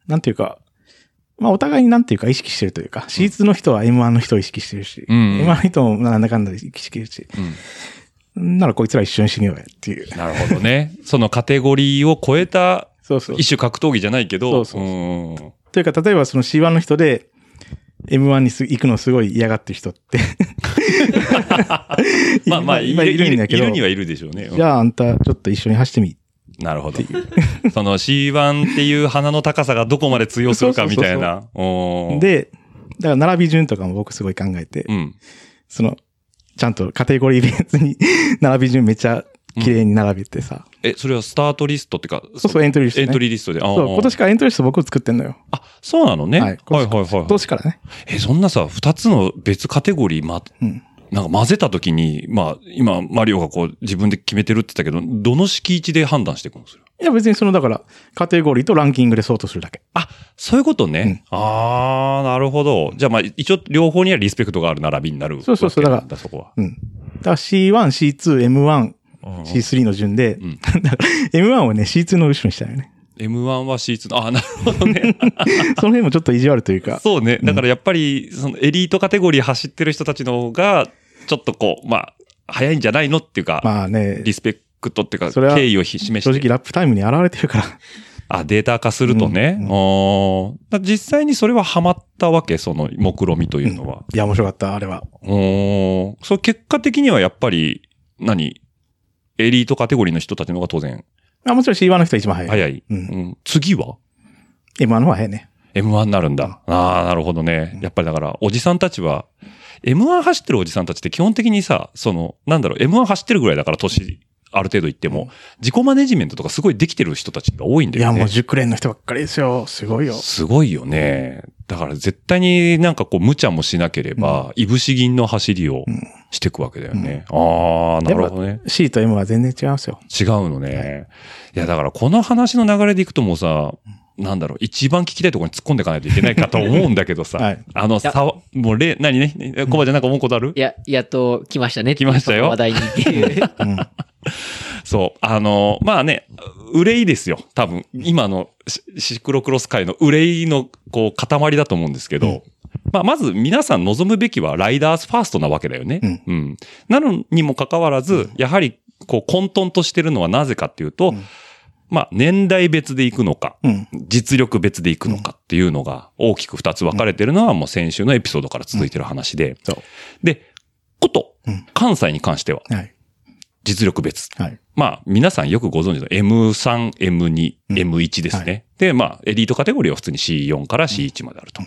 F: なんていうか、まあ、お互いになんていうか意識してるというか、C2 の人は M1 の人を意識してるし、
G: うん
F: M1 の人もなんだかんだ意識してるし、ならこいつら一緒に死にようやっていう。
G: なるほどね。 そのカテゴリーを超えた、
F: そうそう。
G: 一種格闘技じゃないけど、
F: そうそう
G: うん
F: というか、例えばその C1 の人で、M1 にす行くのすごい嫌がってる人って。
G: まあまあ、い
F: 今
G: る
F: いるんだけど。
G: いるにはいるでしょうね。うん
F: じゃあ、あんた、ちょっと一緒に走ってみ。
G: なるほど。その C1 っていう鼻の高さがどこまで通用するかみたいな。おー、
F: で、だから並び順とかも僕すごい考えて、
G: うん。
F: その、ちゃんとカテゴリー別に並び順めちゃ綺麗に並べてさ。
G: え、それはスタートリストってか、
F: そうそう、エントリーリスト、
G: エ
F: ね。
G: ントリーリストで。あー
F: そう、今年からエントリーリスト僕作ってんのよ。
G: あ、そうなのね。
F: は
G: はいいはいはい。
F: 今年からね。
G: え、そんなさ、二つの別カテゴリー、ま、
F: うん。
G: なんか混ぜたときに、まあ、今、マリオがこう、自分で決めてるって言ったけど、どの敷地で判断していくのそれ
F: いや、別にその、だから、カテゴリーとランキングで相当するだけ。
G: あ、そういうことね。あー、なるほど。じゃあまあ、一応、両方にはリスペクトがある並びになる。
F: そうそうそう
G: わけなん
F: だ
G: だ、そこは。
F: うん。だから C1、C2、M1、
G: うん
F: C3 の順で、
G: ん
F: M1 をね、C2 の後ろにしたよね。
G: M1 は C2。あー、なるほどね。
F: その辺もちょっと意地悪というか、
G: そうね。だからやっぱり、そのエリートカテゴリー走ってる人たちの方が、ちょっとこう、まあ、早いんじゃないのっていうか、
F: まあね、
G: リスペクトっていうか、
F: それは
G: 敬意を示して。
F: 正直ラップタイムに現れてるから、
G: あ、データ化するとね。
F: うんうん
G: おーだ実際にそれはハマったわけ、その目論見というのは。
F: いや、面白かった、あれは。
G: おーそれ結果的にはやっぱり、何エリートカテゴリーの人たちの方が当然
F: あもちろん C1 の人は一番早い。
G: 早い。
F: うん
G: うん次は
F: M1 の方が早いね。
G: M1 になるんだ。ああ、なるほどね。やっぱりだから、おじさんたちは、M1 走ってるおじさんたちって基本的にさ、その、なんだろう、M1 走ってるぐらいだから、年、ある程度いっても、自己マネジメントとかすごいできてる人たちが多いん
F: い
G: だよ
F: や、
G: ね。
F: もう熟練の人ばっかりですよ。すごいよ。
G: すごいよね。だから絶対になんかこう無茶もしなければ、いぶし銀の走りをしていくわけだよね。ああ、なるほどね。
F: C と M は全然違いますよ。
G: 違うのね。いや、だからこの話の流れでいくともうさ、なんだろう、一番聞きたいところに突っ込んでいかないといけないかと思うんだけどさ、
F: はい
G: あのさ、もうれ、何ね、コバちゃんなんか思うことある
E: いや、やっと来ましたね。
G: 来ましたよ
E: その話題にっていう。
F: うん。
G: そう。あの、まあね、憂いですよ。多分、今のシシクロクロス界の憂いの、こう、塊だと思うんですけど、
F: うん
G: まあ、まず皆さん望むべきはライダースファーストなわけだよね。
F: うん
G: なのにもかかわらず、やはり、こう、混沌としてるのはなぜかっていうと、まあ、年代別で行くのか、
F: うん。
G: 実力別で行くのかっていうのが大きく二つ分かれてるのはもう先週のエピソードから続いてる話で。
F: そう。
G: で、こと
F: うん、
G: 関西に関しては
F: はい。
G: 実力別。
F: はい。
G: まあ、皆さんよくご存知の M3、M2、
F: うん
G: M1 ですね。
F: はい
G: で、まあ、エリートカテゴリーは普通に C4 から C1 まであると。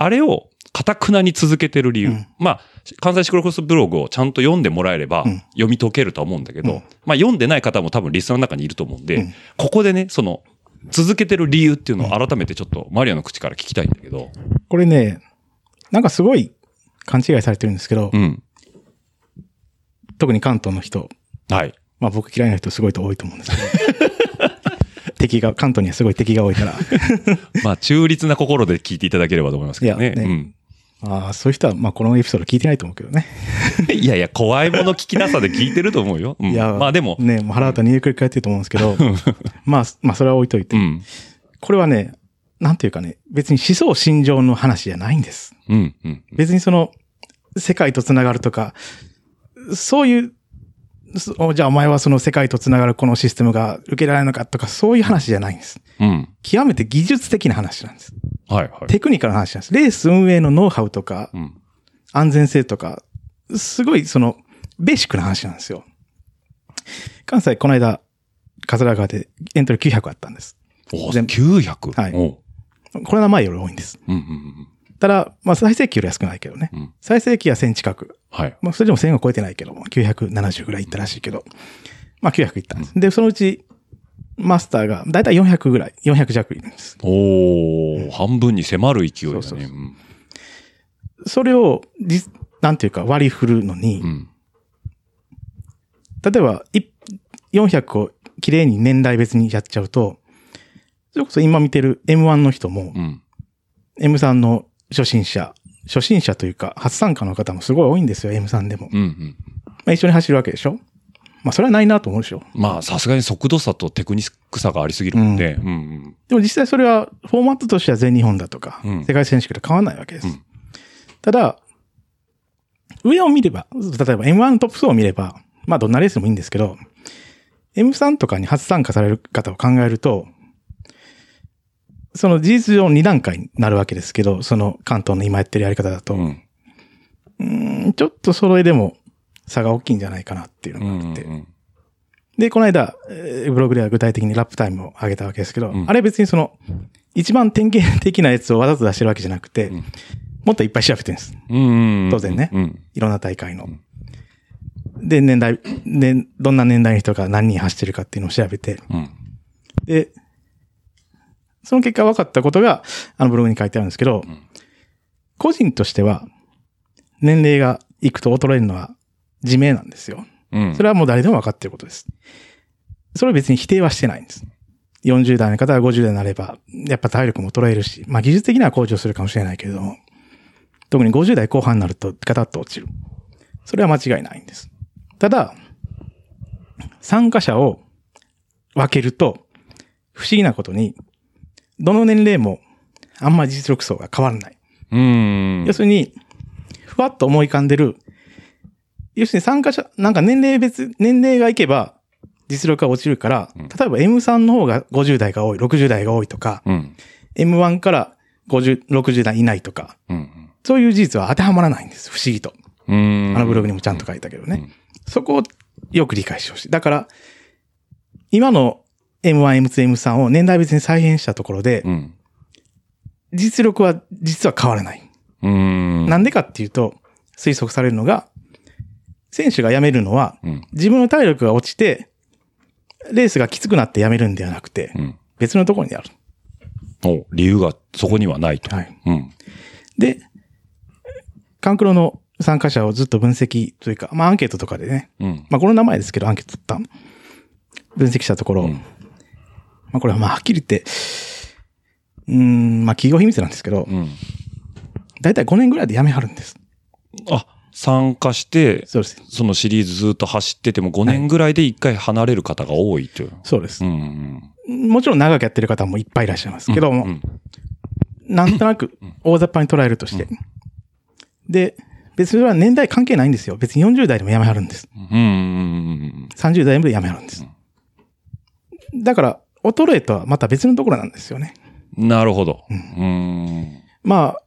G: あれを、かたくなに続けてる理由。
F: うん
G: まあ、関西シクロクロスブログをちゃんと読んでもらえれば
F: うん、
G: 読み解けるとは思うんだけど、
F: うん
G: まあ、読んでない方も多分リスナーの中にいると思うんで、
F: うん
G: ここでね、その、続けてる理由っていうのを改めてちょっとマリアの口から聞きたいんだけど、
F: これね、なんかすごい勘違いされてるんですけど、
G: うん。
F: 特に関東の人、
G: はい。
F: まあ僕嫌いな人すごいと多いと思うんですけど。 敵が、関東にはすごい敵が多 いから。
G: まあ、中立な心で聞いていただければと思いますけどね。
F: いやねああ、そういう人は、まあこのエピソード聞いてないと思うけどね。
G: うん、 いやいや、怖いもの聞きなさで聞いてると思うよ。うん
F: いや、
G: まあでも、
F: ね、もう腹立たにゆっくり返ってると思うんです けど、まあ、まあそれは置いといて。
G: うん。
F: これはね、なんていうかね、別に思想心情の話じゃないんです。
G: うん、うん。
F: 別にその、世界とつながるとか、そういう、そおじゃあお前はその世界とつながるこのシステムが受けられないのかとか、そういう話じゃないんです。
G: うん。
F: 極めて技術的な話なんです。
G: はい、はい。
F: テクニカルな話なんです。レース運営のノウハウとか、
G: うん。
F: 安全性とか、すごいその、ベーシックな話なんですよ。関西、この間、桂川でエントリー900あったんです。
G: お
F: 全部
G: 900。
F: はい
G: おう
F: コロナ前より多いんです。
G: うんうんうん。
F: ただ、まあ、最盛期よりは少ないけどね。
G: うん
F: 最盛期は1000近く。
G: はい。
F: まあ、それでも1000は超えてないけど、970ぐらいいったらしいけど、まあ、900いったんです。で、そのうち、マスターが、だいたい400ぐらい、400弱いるんです。
G: おお、半分に迫る勢いだ
F: そうそう
G: ね。
F: そう
G: うん
F: それを、じなんていうか割り振るのに、
G: うん。
F: 例えば、い400をきれいに年代別にやっちゃうと、それこそ今見てる M1 の人も
G: う、ん。
F: M さんの初心者、初心者というか、初参加の方もすごい多いんですよ、M さんでも。
G: うんうん。
F: まあ、一緒に走るわけでしょまあ、それはないなと思うでしょ。
G: まあ、さすがに速度差とテクニック差がありすぎるんで。うんうん。
F: でも実際それは、フォーマットとしては全日本だとか、
G: うん
F: 世界選手権と変わらないわけです。
G: うん
F: ただ、上を見れば、例えば M1 のトップ層を見れば、まあどんなレースでもいいんですけど、M3 とかに初参加される方を考えると、その事実上2段階になるわけですけど、その関東の今やってるやり方だと、
G: うん
F: うんちょっとそれでも差が大きいんじゃないかなっていう
G: う
F: の
G: ん
F: が
G: う
F: あ
G: ん
F: って、
G: うん。
F: で、この間、えーブログでは具体的にラップタイムを上げたわけですけど、
G: うん
F: あれ別にその、一番典型的なやつをわざと出してるわけじゃなくて、
G: うん
F: もっといっぱい調べてるんです。
G: うんうんうん
F: 当然ね
G: うん。
F: いろんな大会の。
G: うん
F: で、年代、ね、どんな年代の人が何人走ってるかっていうのを調べて、
G: うん。
F: で、その結果分かったことが、あのブログに書いてあるんですけど、
G: うん
F: 個人としては、年齢がいくと衰えるのは自明なんですよ。
G: うん。
F: それはもう誰でも分かっていることです。それは別に否定はしてないんです。40代の方が50代になれば、やっぱ体力も衰えるし、まあ技術的には向上するかもしれないけれども、特に50代後半になるとガタッと落ちる。それは間違いないんです。ただ、参加者を分けると、不思議なことに、どの年齢もあんまり実力層が変わらない。
G: うん。
F: 要するに、ふわっと思い浮かんでる、要するに参加者、なんか年齢別、年齢がいけば実力が落ちるから、
G: うん
F: 例えば M3 の方が50代が多い、60代が多いとか、
G: うん。
F: M1 から50、60代いないとか、
G: うん。
F: そういう事実は当てはまらないんです、不思議と。
G: うん。
F: あのブログにもちゃんと書いたけどね。
G: うん
F: そこをよく理解してほしい。だから、今の M1、M2、M3 を年代別に再現したところで、
G: うん。
F: 実力は実は変わらない。
G: うん。
F: なんでかっていうと、推測されるのが、選手が辞めるのは、
G: うん。
F: 自分の体力が落ちて、レースがきつくなって辞めるんではなくて
G: う、ん。
F: 別のところにある。
G: お理由がそこにはないと。
F: はい。
G: うん。
F: で、カンクロの参加者をずっと分析というか、まあアンケートとかでね、
G: うん。
F: まあこの名前ですけど、アンケート取った分析したところ、
G: うん
F: まあこれはまあはっきり言って、うーん、まあ企業秘密なんですけど、
G: うん。
F: だいたい5年ぐらいで辞めはるんです。
G: あ、参加して、
F: そうです。
G: そのシリーズずっと走ってても5年ぐらいで1回離れる方が多いという。
F: そうです
G: う。ん。
F: もちろん長くやってる方もいっぱいいらっしゃいますけども、
G: うん
F: なんとなく大雑把に捉えるとして。で、別にそれは年代関係ないんですよ。別に40代でもやめはるんです。
G: うん。うん。
F: 30代でもやめはるんです。だから、衰えとはまた別のところなんですよね。
G: うんなるほど。うん。
F: まあ、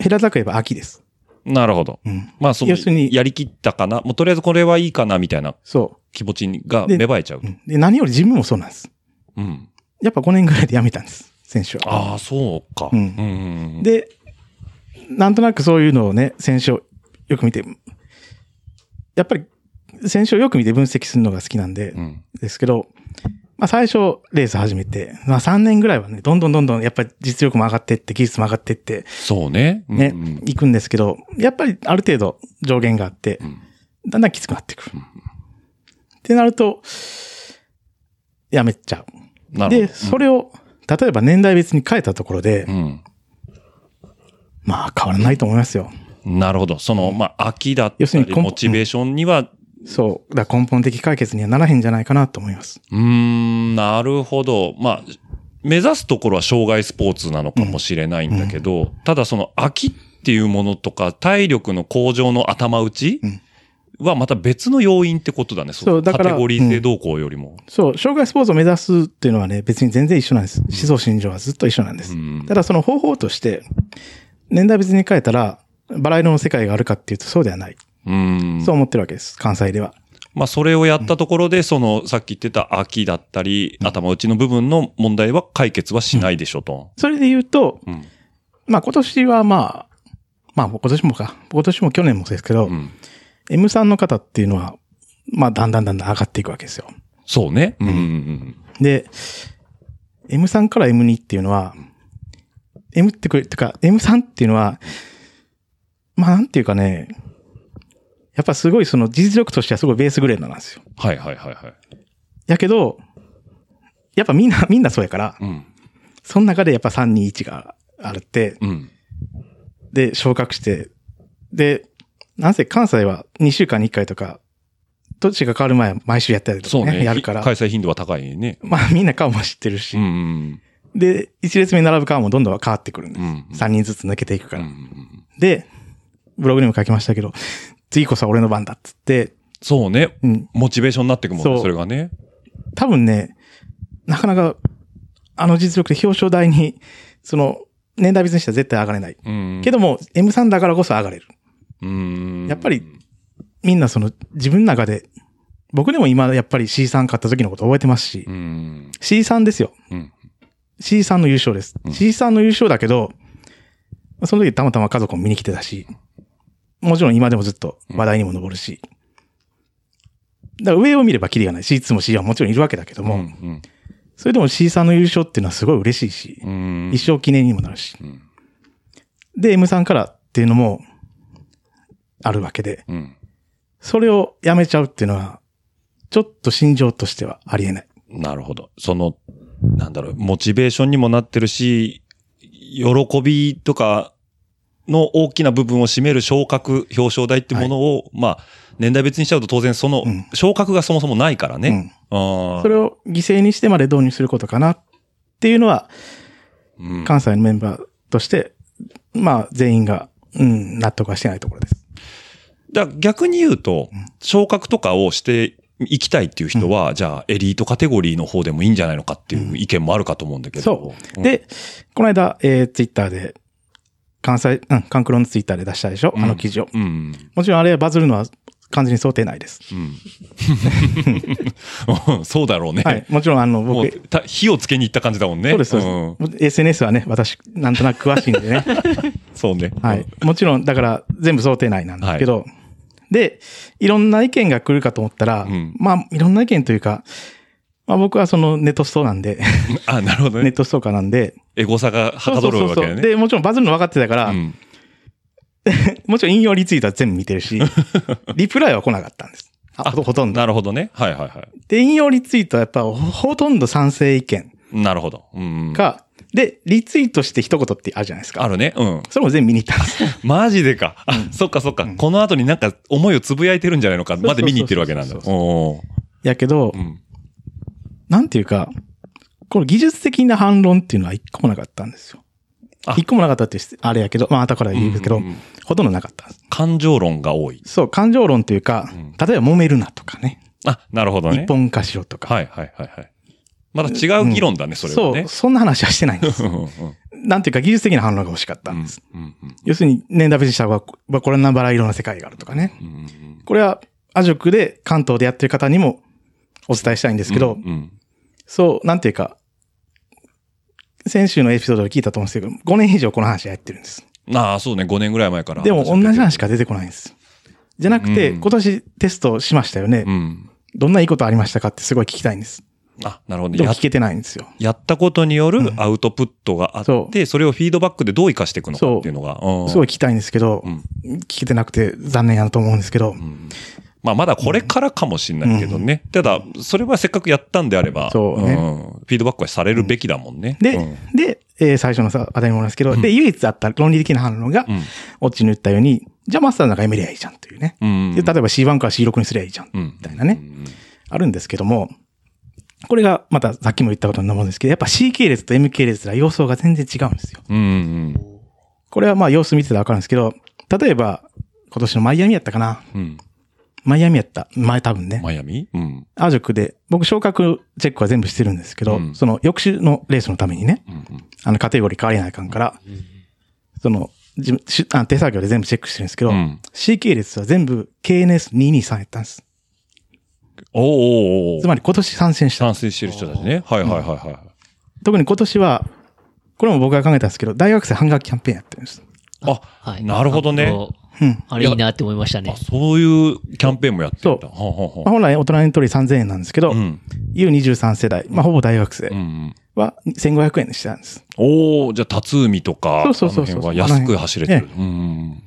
F: 平たく言えば秋です。
G: なるほど。
F: うん。
G: まあ、その
F: 要する、に
G: やりきったかな。もうとりあえずこれはいいかな、みたいな
F: そ
G: 気持ちが
F: で
G: 芽生えちゃう
F: う。う。んで、何より自分もそうなんです。
G: うん。
F: やっぱ5年ぐらいでやめたんです。選手は。
G: ああ、そうか。
F: うん
G: うん。
F: で、なんとなくそういうのをね、選手をよく見て、やっぱり選手をよく見て分析するのが好きなんで、
G: うん。
F: ですけど、まあ最初レース始めて、まあ3年ぐらいはね、どんどんどんどんやっぱり実力も上がってって、技術も上がってって、
G: そうね。うん
F: ね、
G: うん
F: 行くんですけど、やっぱりある程度上限があって、だんだんきつくなってくる。ってなると、やめちゃ
G: な
F: う。
G: る
F: で、
G: ほ
F: それを、例えば年代別に変えたところで、
G: ど。うん。
F: まあ変わらないと思いますよ。
G: なるほど。その、まあ、秋だった
F: 要するに
G: り、
F: コン
G: モチベーションには、
F: そう。だから根本的解決にはならへんじゃないかなと思います。
G: うーん、なるほど。まあ、目指すところは障害スポーツなのかもしれないんだけど、ただその秋っていうものとか、体力の向上の頭打ち
F: うん
G: はまた別の要因ってことだね。そ
F: そう
G: の
F: だから
G: カテゴリー性動向よりも。
F: そう。障害スポーツを目指すっていうのはね、別に全然一緒なんです。思想心情はずっと一緒なんです
G: う。ん
F: ただその方法として、年代別に変えたら、バラ色の世界があるかっていうとそうではない。
G: うん
F: そう思ってるわけです。関西では。
G: まあ、それをやったところで、その、さっき言ってた秋だったり、頭打ちの部分の問題は解決はしないでしょと。
F: それで言うと、
G: うん。
F: まあ今年はまあ、まあ今年もか、今年も去年もそうですけど、
G: うん。
F: M さんの方っていうのは、まあだんだんだんだん上がっていくわけですよ。
G: そうね。うんうんうん。
F: で、M さんから M2 っていうのは、M ってくれ、てか M さんっていうのは、まあなんていうかね、やっぱすごいその実力としてはすごいベースグレードなんですよ。
G: はいはいはいはい。
F: やけど、やっぱみんな、 みんなそうやから、
G: うん。
F: その中でやっぱ321があるって、
G: うん。
F: で、昇格して、で、なんせ関西は2週間に1回とか、どっちが変わる前は毎週やったりと
G: そう
F: かね、
G: ね。
F: やるから
G: 開、催頻度は高いね。
F: まあみんな顔も知ってるし、
G: うんうん
F: で、1列目に並ぶ顔もどんどん変わってくるんで
G: う
F: す。
G: ん。
F: 3人ずつ抜けていくか
G: うんう
F: ら。
G: ん。
F: で、ブログにも書きましたけど、次こそは俺の番だっつって、
G: そうね。
F: うん、
G: モチベーションになってくもん
F: そ
G: ね、
F: う
G: それがね。
F: 多分ね、なかなか、あの実力で表彰台に、その、年代別にしては絶対上がれない。
G: うん。
F: けども、M3 だからこそ上がれる。
G: うん。
F: やっぱりみんなその自分の中で、僕でも今やっぱり C さん買った時のこと覚えてますし
G: う、ん。
F: C さんですよ。
G: うん
F: C さんの優勝です。
G: うん
F: C さんの優勝だけど、その時たまたま家族も見に来てたし、もちろん今でもずっと話題にも上るし、だから上を見ればキリがない。C2 も C1 ももちろんいるわけだけど
G: う
F: も、
G: ん。
F: それでも C さんの優勝っていうのはすごい嬉しいし、
G: うん。
F: 一生記念にもなるし。
G: うん
F: で、M さんからっていうのもあるわけで、
G: うん。
F: それをやめちゃうっていうのは、ちょっと心情としてはありえない。
G: なるほど。その、なんだろう、モチベーションにもなってるし、喜びとかの大きな部分を占める昇格、表彰台ってものを、まあ、年代別にしちゃうと当然その
F: うん、
G: 昇格がそもそもないからね。あ
F: うん。
G: ー
F: それを犠牲にしてまで導入することかなっていうのは、
G: うん
F: 関西のメンバーとして、まあ、全員が、うん、納得はしてないところです。
G: だから逆に言うと、昇格とかをしていきたいっていう人は、じゃあエリートカテゴリーの方でもいいんじゃないのかっていう意見もあるかと思うんだけど。
F: そ
G: ん、
F: で、この間、えー、ツイッターで、関西、うん、関黒のツイッターで出したでしょ、あの記事を。
G: うん。
F: もちろんあれはバズるのは完全に想定内です。
G: うん。 そうだろうね。
F: はい。もちろん、あの、
G: もう
F: 僕、
G: た火をつけに行った感じだもんね。
F: そうです、そうです
G: ん
F: もう SNS はね、私、なんとなく詳しいんで ね。
G: そうね。
F: はい。もちろん、だから、全部想定内なんですけど、で、いろんな意見が来るかと思ったら、
G: うん
F: まあ、いろんな意見というか、まあ僕はそのネットストアなんで、
G: あ、なるほど
F: ネッ
G: ね。
F: トストーカーなんで、
G: エゴサがはか
F: そ
G: ど
F: う
G: る
F: そう
G: わ
F: そ
G: けだよ
F: うそう。
G: ね。
F: で、もちろんバズるの分かってたから、
G: うん
F: もちろん引用リツイートは全部見て るし、リプライは来なかったんです。あほとんど。
G: なるほどね。はいはいは
F: で、引用リツイートはやっぱほほとんど賛成意見
G: い。なるほど。うん。
F: か、で、リツイートして一言ってあるじゃないです
G: あ
F: か。
G: るね。うん。
F: それも全部見に行ったんです。
G: マジでか。あ、そっかそっか。この後になんか思いをつぶやいてるんじゃないのか。まで見に行ってるわけなんだ。
F: そう
G: お
F: やけど
G: ーう、ん。
F: なんていうか、この技術的な反論っていうのは一個もなかったんですよ
G: あ。
F: 一個もなかったってあれやけど、まあ後から言うんですけど、
G: うんうんうん
F: ほとんどなかったんです。
G: 感情論が多い。
F: そう、感情論というか、例えば揉めるなとかね、
G: あ、なるほどね
F: 一。本化しろとか、
G: はいはいはいはい。また違う議論だね、それは
F: そ
G: ね
F: う、。そんな話はしてないんで す
G: う。んうんうん
F: なんていうか技術的な反論が欲しかったんです。
G: うんうん
F: 要するに年代別にしたは、ここれなバラ色の世界があるとかね。
G: うんうん
F: これはアジョクで関東でやってる方にもお伝えしたいんですけど、
G: うんうん
F: そう、なんていうか、先週のエピソードで聞いたと思うんですけど、5年以上この話やってるんです。
G: ああ、そうね。5年ぐらい前から。
F: でも同じ話しか出てこないんです。じゃなくて、
G: うん
F: 今年テストしましたよね
G: う。ん。
F: どんないいことありましたかってすごい聞きたいんです。
G: あ、なるほどね。
F: でも
G: やっ
F: 聞けてないんですよ。
G: やったことによるアウトプットがあって、
F: そ
G: それをフィードバックでどう生かしていくのかっていうのが。うん
F: すごい聞きたいんですけど、
G: ん
F: 聞けてなくて残念やなと思うんですけど、
G: まあまだこれからかもしれないけどね。ただ、それはせっかくやったんであれば、
F: そうね
G: んフィードバックはされるべきだもんね。
F: で、
G: うん
F: で、えー最初のさ、当たり前なんですけど、で、唯一あった論理的な反応が、
G: ん
F: オチに言ったように、じゃあマスターの中やめりゃいいじゃんというね。
G: うん
F: で、例えば C1 から C6 にすりゃいいじゃん、みたいなね、あるんですけども、これがまたさっきも言ったことになるんですけど、やっぱ C 系列と M 系列では様相が全然違うんですよ。
G: うんうん
F: これはまあ様子見てたらわかるんですけど、例えば、今年のマイアミやったかな
G: うん。
F: マイアミやった。前多分ね。
G: マイアミうん。
F: アージョクで、僕昇格チェックは全部してるんですけど、
G: うん
F: その翌週のレースのためにね、あのカテゴリー変わりないかんから、その、自分しあ手作業で全部チェックしてるんですけど、
G: うん
F: C 系列は全部 KNS223 やったんです。
G: おーおーおー
F: つまり今年参戦した。
G: 賛成してる人たちね。はいはいはいは
F: 特に今年は、これも僕が考えたんですけど、大学生半額キャンペーンやってるんです。
G: い。あ、
H: はい。
G: なるほどね
H: あの
F: うん。
H: あれいいなって思いましたね
G: あ。そういうキャンペーンもやってた。
F: そう
G: はあはあ
F: まあ、
G: は
F: 本来大人にとり3000円なんですけ
G: あ
F: ど、
G: うん
F: U23 世代、まあほぼ大学生
G: うんうん。
F: は1500円にしてたんです。
G: おおじゃあ、辰海とか、
F: そうそうそうそう
G: あの辺は安く走れてる。うんうんうん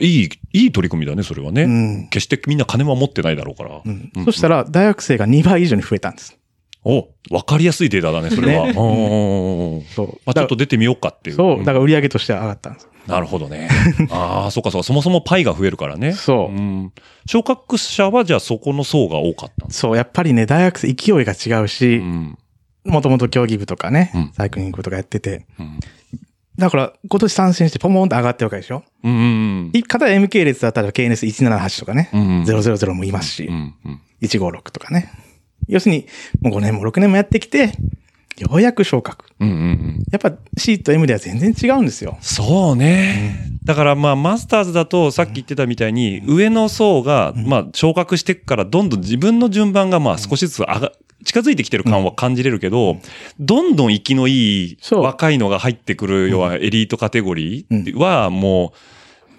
G: いい、いい取り組みだね、それはね。
F: うん
G: 決してみんな金は持ってないだろうから。
F: うん。そしたら大学生が2倍以上に増えたんです。
G: おわかりやすいデータだね、それは。
F: ね
G: うんうんうんうん
F: そう。
G: まあ、ちょっと出てみようかっていう。
F: そう、だ
G: ん
F: から売り上げとしては上がったんです。
G: なるほどね。ああ、そうかそうか。そもそもパイが増えるからね。
F: そう
G: うん。昇格者は、じゃあそこの層が多かったんです。
F: そう、やっぱりね、大学生勢いが違う
G: う
F: し、
G: ん。
F: もともと競技部とか
G: う
F: ね
G: ん、
F: サイクリング部とかやってて、
G: うん
F: だから今年参戦してポモンと上がってるわけでしょ
G: うんうん
F: 一方 MK 列だったら KNS178 とかね
G: う、ん。うんうん。
F: 000もいますし
G: う、んうん。
F: 156とかね。要するに、もう5年も6年もやってきて、ようやく昇格。
G: うんうんうん。
F: やっぱ C と M では全然違うんですよ。
G: そうね。だからまあマスターズだとさっき言ってたみたいに上の層がまあ昇格してくからどんどん自分の順番がまあ少しずつ上が、近づいてきてる感は感じれるけど、どんどん生きのいい
F: そう
G: 若いのが入ってくる要はエリートカテゴリ
F: う
G: ーはも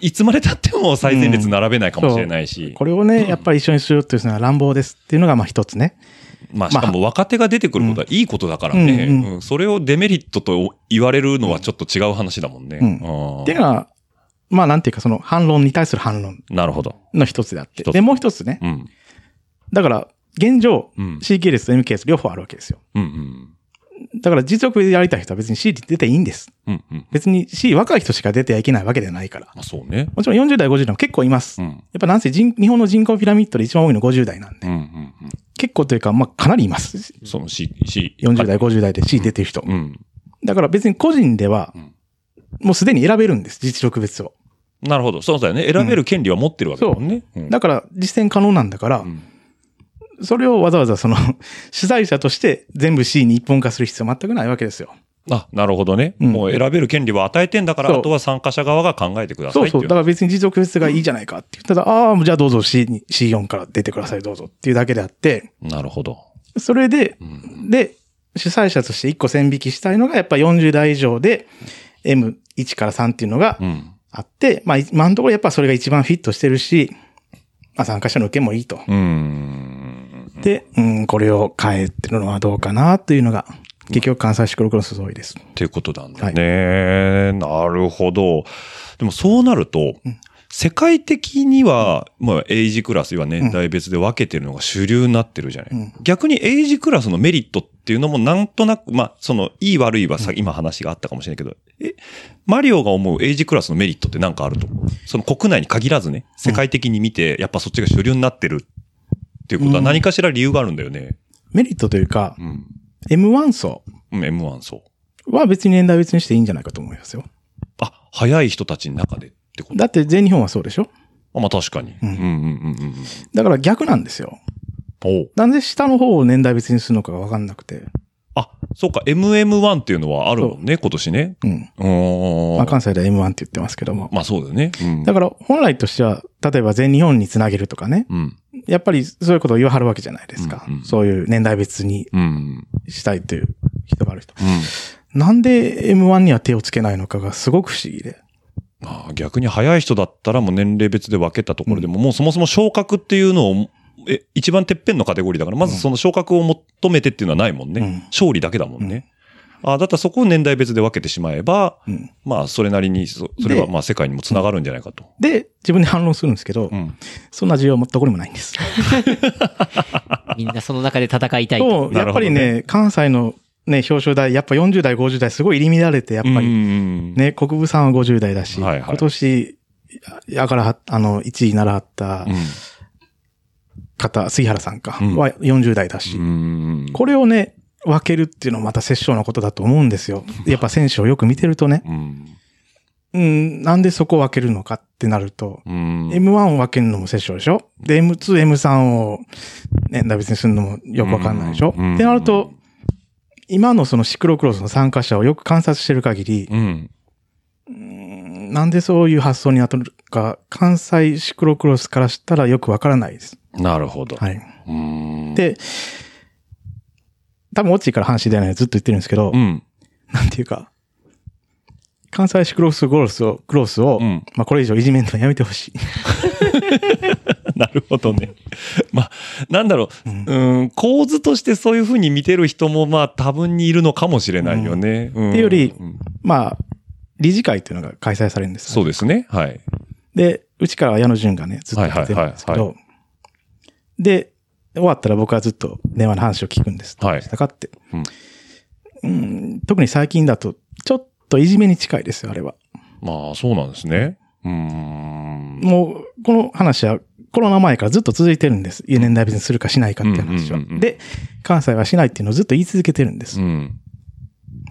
G: ういつまで経っても最前列並べないかもしれないし、
F: これをね、やっぱり一緒にしようというのは乱暴ですっていうのがまあ一つね。
G: まあしかも若手が出てくることはいいことだからね、
F: うんうん
G: うんそれをデメリットと言われるのはちょっと違う話だもんね。
F: うん
G: うん
F: っていうのは、まあなんていうかその反論に対する反論
G: なるほど。
F: の一つであって。
G: 一つ
F: で、もう一つね。
G: うん。
F: だから、現状、
G: うん
F: C 系列と M 系列両方あるわけですよ。
G: うんうん。
F: だから実力でやりたい人は別に C に出ていいんです。
G: うんうん。
F: 別に C 若い人しか出てはいけないわけではないから。
G: まあそうね。
F: もちろん40代、50代も結構います。
G: う
F: や
G: ん。
F: っぱなんせ人日本の人口ピラミッドで一番多いの50代なんで。
G: うんうんう
F: 結構というか、まあかなりいます。
G: ん。その C、C。
F: 40代、50代で C 出てる人。
G: うん。
F: だから別に個人では
G: ん、
F: もうすでに選べるんです、実力別を。
G: なるほど。そうだよね。選べる権利は持ってるわけだもんね。うん
F: だから実践可能なんだから、
G: ん
F: それをわざわざその 主催者として全部 C に一本化する必要は全くないわけですよ。
G: あ、なるほどね。
F: うん
G: もう選べる権利は与えてんだから、
F: そう
G: あとは参加者側が考えてくださ
F: そ
G: いっ
F: う
G: て
F: そ。
G: いう
F: だから別に実力別がいいじゃないかって言ったら、ああ、もうじゃあどうぞ C に、C4 から出てください、どうぞっていうだけであって、
G: なるほど。
F: それで、で、主催者として一個線引きしたいのが、やっぱ40代以上で M1 から3っていうのが
G: うん。
F: あって、まあ今のところやっぱそれが一番フィットしてるし、まあ参加者の受けもいいと。
G: うん。
F: で、うん、これを変えてるのはどうかなというのが、結局関西シクロクロス総意です。
G: っていうことなんだね。なるほど。でもそうなると、世界的には、まあ、エイジクラス、は年代別で分けてるのが主流になってるじゃない。
F: ん
G: 逆にエイジクラスのメリットっていうのもなんとなく、まあ、その、いい悪いはさ、今話があったかもしれないけど、え、マリオが思うエイジクラスのメリットってなんかあると思うその国内に限らずね、世界的に見て、やっぱそっちが主流になってるっていうことは何かしら理由があるんだよね。
F: メリットというか
G: う、ん。
F: M1 層
G: うん、M1 そう。
F: は別に年代別にしていいんじゃないかと思いますよ。
G: あ、早い人たちの中でってこと
F: だって全日本はそうでしょ
G: あまあ確かに。うんうんうんうんうん。
F: だから逆なんですよ。
G: おう
F: なんで下の方を年代別にするのかがわかんなくて。
G: あ、そうか、MM1 っていうのはあるもんね、今年ね。
F: うん。
G: うーん。
F: まあ関西では M1 って言ってますけども。
G: まあそうだよね。うん。
F: だから本来としては、例えば全日本につなげるとかね。
G: うん。
F: やっぱりそういうことを言わはるわけじゃないですか。
G: うんうん
F: そういう年代別に
G: うん。うん。
F: したいという人がある人。なんで M1 には手をつけないのかがすごく不思議で。
G: まあ逆に早い人だったらもう年齢別で分けたところでも、もうそもそも昇格っていうのを、え、一番てっぺんのカテゴリーだから、まずその昇格を求めてっていうのはないもんね。
F: うん
G: 勝利だけだもんね。あだったらそこを年代別で分けてしまえば、
F: うん
G: まあそれなりにそ、それはまあ世界にもつながるんじゃないかと。
F: で、自分で反論するんですけど、
G: うん。
F: そんな需要もどこにもないんです。
H: みんなその中で戦いたいと。
F: そう、やっぱり
G: なるほ
F: ね、関西のね、表彰台、やっぱ40代、50代、すごい入り乱れて、やっぱ
G: う
F: り、
G: ん
F: ね、国分さんは50代だし、
G: はいはい
F: 今年、やからは、あの、1位にならはった
G: うん
F: 方、杉原さんか、
G: うん
F: は40代だし、
G: うん。
F: これをね、分けるっていうのはまた殺生なことだと思うんですよ。やっぱ選手をよく見てるとね、
G: うん。
F: うん、なんでそこを分けるのかってなると、
G: うん。
F: M1 を分けるのも殺生でしょで、M2、M3 を年代別にするのもよくわかんないでしょ、
G: うん
F: ってなると、今のそのシクロクロスの参加者をよく観察してる限り、
G: うん。
F: なんでそういう発想になってるか、関西シクロクロスからしたらよくわからないです。
G: なるほど。
F: はい。
G: うーん。
F: で、多分、オッチーから話出ないのずっと言ってるんですけど、
G: うん。
F: なんていうか、関西シクロクロスゴロスを、クロスを、
G: うん
F: まあこれ以上いじめるのはやめてほしい。
G: なるほどね。 まあ、なんだろう、う
F: うん
G: ん、構図としてそういうふうに見てる人も、まあ、多分にいるのかもしれないよね。うん
F: っていうより
G: うん
F: まあ、理事会っていうのが開催されるんです。
G: そうですね。はい。
F: で、うちからは矢野淳がね、ずっとやってるんですけ
G: はいは
F: ど、で、終わったら僕はずっと電話の話を聞くんです。
G: はい
F: したかって。
G: うん
F: うん特に最近だと、ちょっといじめに近いですよ、あれは。
G: まあ、そうなんですね。うーん。
F: もう、この話はコロナ前からずっと続いてるんです。年代別にするかしないかっていう話は。
G: うんうんうんうん
F: で、関西はしないっていうのをずっと言い続けてるんです。
G: うん。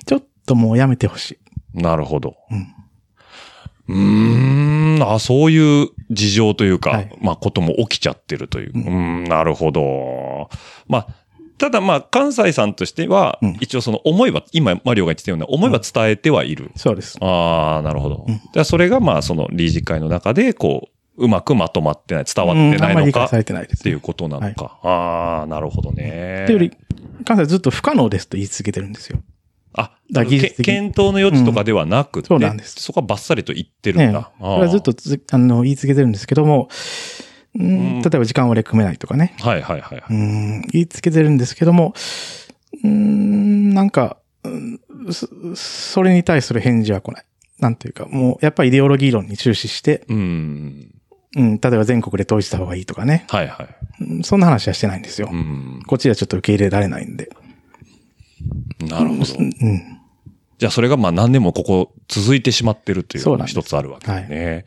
F: ちょっともうやめてほしい。
G: なるほど。
F: うん
G: うーん。あ、そういう事情というか、
F: はい
G: まあ、ことも起きちゃってるという。うーん、なるほど。まあ、ただまあ、関西さんとしては、
F: うん
G: 一応その思いは、今、マリオが言ってたような思いは伝えてはいる。
F: そうです。
G: ああ、なるほど。
F: うん
G: じゃあ、それがまあ、その理事会の中で、こう、うまくまとまってない、伝わって
F: うん
G: な
F: あ
G: んい
F: ま
G: の
F: り理
G: か
F: 解さ
G: っ
F: れてないです。
G: ていうことなのか。ああ、なるほどね。
F: というより、関西はずっと不可能ですと言い続けてるんですよ。
G: あ、
F: だから技術的
G: け
F: に
G: 検討の余地とかではなくて、
F: うんそうなんです
G: そこはバッサリと言ってるん
F: ね
G: だ。
F: え。これはずっとつづあの言い続けてるんですけども、う
G: うんん
F: 例えば時間割り組めないとかね。
G: あー。はいはいはいは
F: う
G: い。
F: ん言い続けてるんですけども、うんなんか、うんそそれに対する返事は来ない。なんていうか、もうやっぱりイデオロギー論に終始して、
G: うん。
F: うん、例えば全国で統一した方がいいとかね。
G: はいはい。
F: うんそんな話はしてないんですよ。
G: うん。
F: こっちではちょっと受け入れられないんで。
G: なるほど。
F: うん。
G: じゃあそれがまあ何年もここ続いてしまってるという
F: そ
G: の
F: う
G: が
F: なんです
G: 一つあるわけですね。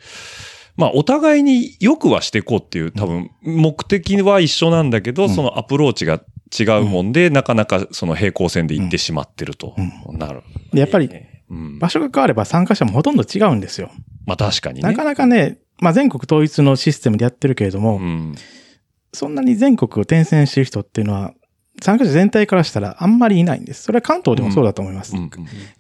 G: まあお互いによくはしていこうっていう多分目的は一緒なんだけど、
F: ん
G: そのアプローチが違うもんで、なかなかその平行線で行ってしまってると。なる。
F: でやっぱり、
G: うん。
F: 場所が変われば参加者もほとんど違うんですよ。
G: まあ確かにね。
F: なかなかね、まあ、全国統一のシステムでやってるけれども、
G: うん。
F: そんなに全国を転戦してる人っていうのは、参加者全体からしたらあんまりいないんです。それは関東でもそうだと思います。
G: うん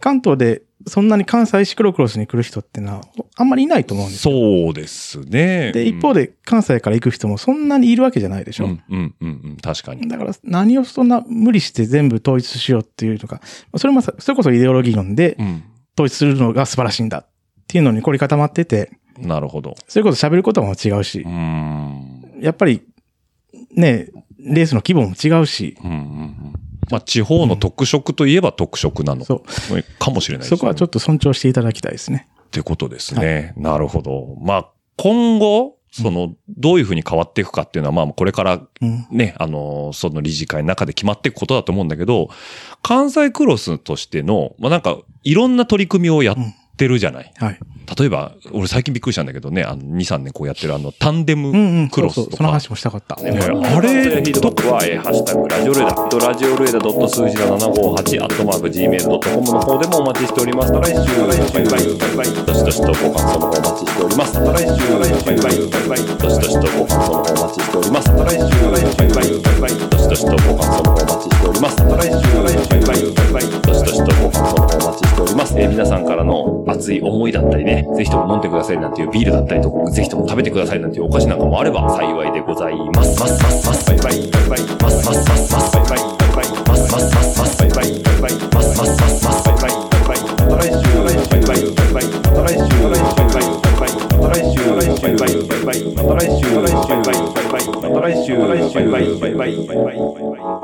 F: 関東でそんなに関西シクロクロスに来る人っていうのはあんまりいないと思うんですよ。
G: そうですね。
F: で、一方
G: で
F: で関西から行く人もそんなにいるわけじゃないでしょ。
G: うんうんうんうん。確かに。
F: だから何をそんな無理して全部統一しようっていうのか、それもさそれこそイデオロギー論で
G: うん。
F: 統一するのが素晴らしいんだっていうのに凝り固まってて、
G: なるほど。
F: それこそ喋ることも違うし、
G: うーん。
F: やっぱり、ね、レースの規模も違うし、
G: うんうんうんまあ、地方の特色といえば特色なの
F: そ
G: かもしれ
F: う。
G: ないです
F: そ
G: ね
F: こはちょっと尊重していただきたいですね。
G: ってことですね。なるほど。まあ、今後、その、どういうふうに変わっていくかっていうのは、まあ、これから
F: うん。
G: ね、あの、その理事会の中で決まっていくことだと思うんだけど、関西クロスとしての、まあ、なんか、いろんな取り組みをやってるじゃない。
F: はい。
G: 例えば、俺最近びっくりしたんだけどね、あの、2、3年こうやってるあの、タンデ
F: うんう
G: ム
F: ん。
G: クロス
F: そうそ
G: と
F: うその
G: か。
F: 話もしたかった。
G: ねあれ、とか
I: は、えーハッシュタグ、ラジオルエダ、とラジオルエダ数字の758、アットマーク、gmail.com の方でもお待ちしております。また来週、バイバイ、バイバイ、どしどしとご感想の方お待ちしております。また来週、バイバイ、バイバイ、どしどしとご感想の方お待ちしております。また来週、バイバイ、バイバイ、どしどしとご感想の方お待ちしております。また来週、バイバイ、バイバイ、どしどしとご感想の方お待ちしております。えー皆さんからの熱い思いだったりね、ぜひとも飲んでくださいなんていうビールだったりとか、ぜひとも食べてくださいなんていうお菓子なんかもあれば幸いでございます。ますますますバイバイ、バイバイ、ますますますますバイバイ、バイバイ、ますますますますバイバイ、バイバイ、ますますますますバイバイ、バイバイ、また来週、バイバイ、バイバイ、また来週、バイバイ、バイバイ、また来週、バイバイ、バイバイ、また来週、バイバイ、バイバイ、また来週、バイバイ、バイバイ、また来週、バイバイ、バイバイ、バイバイ、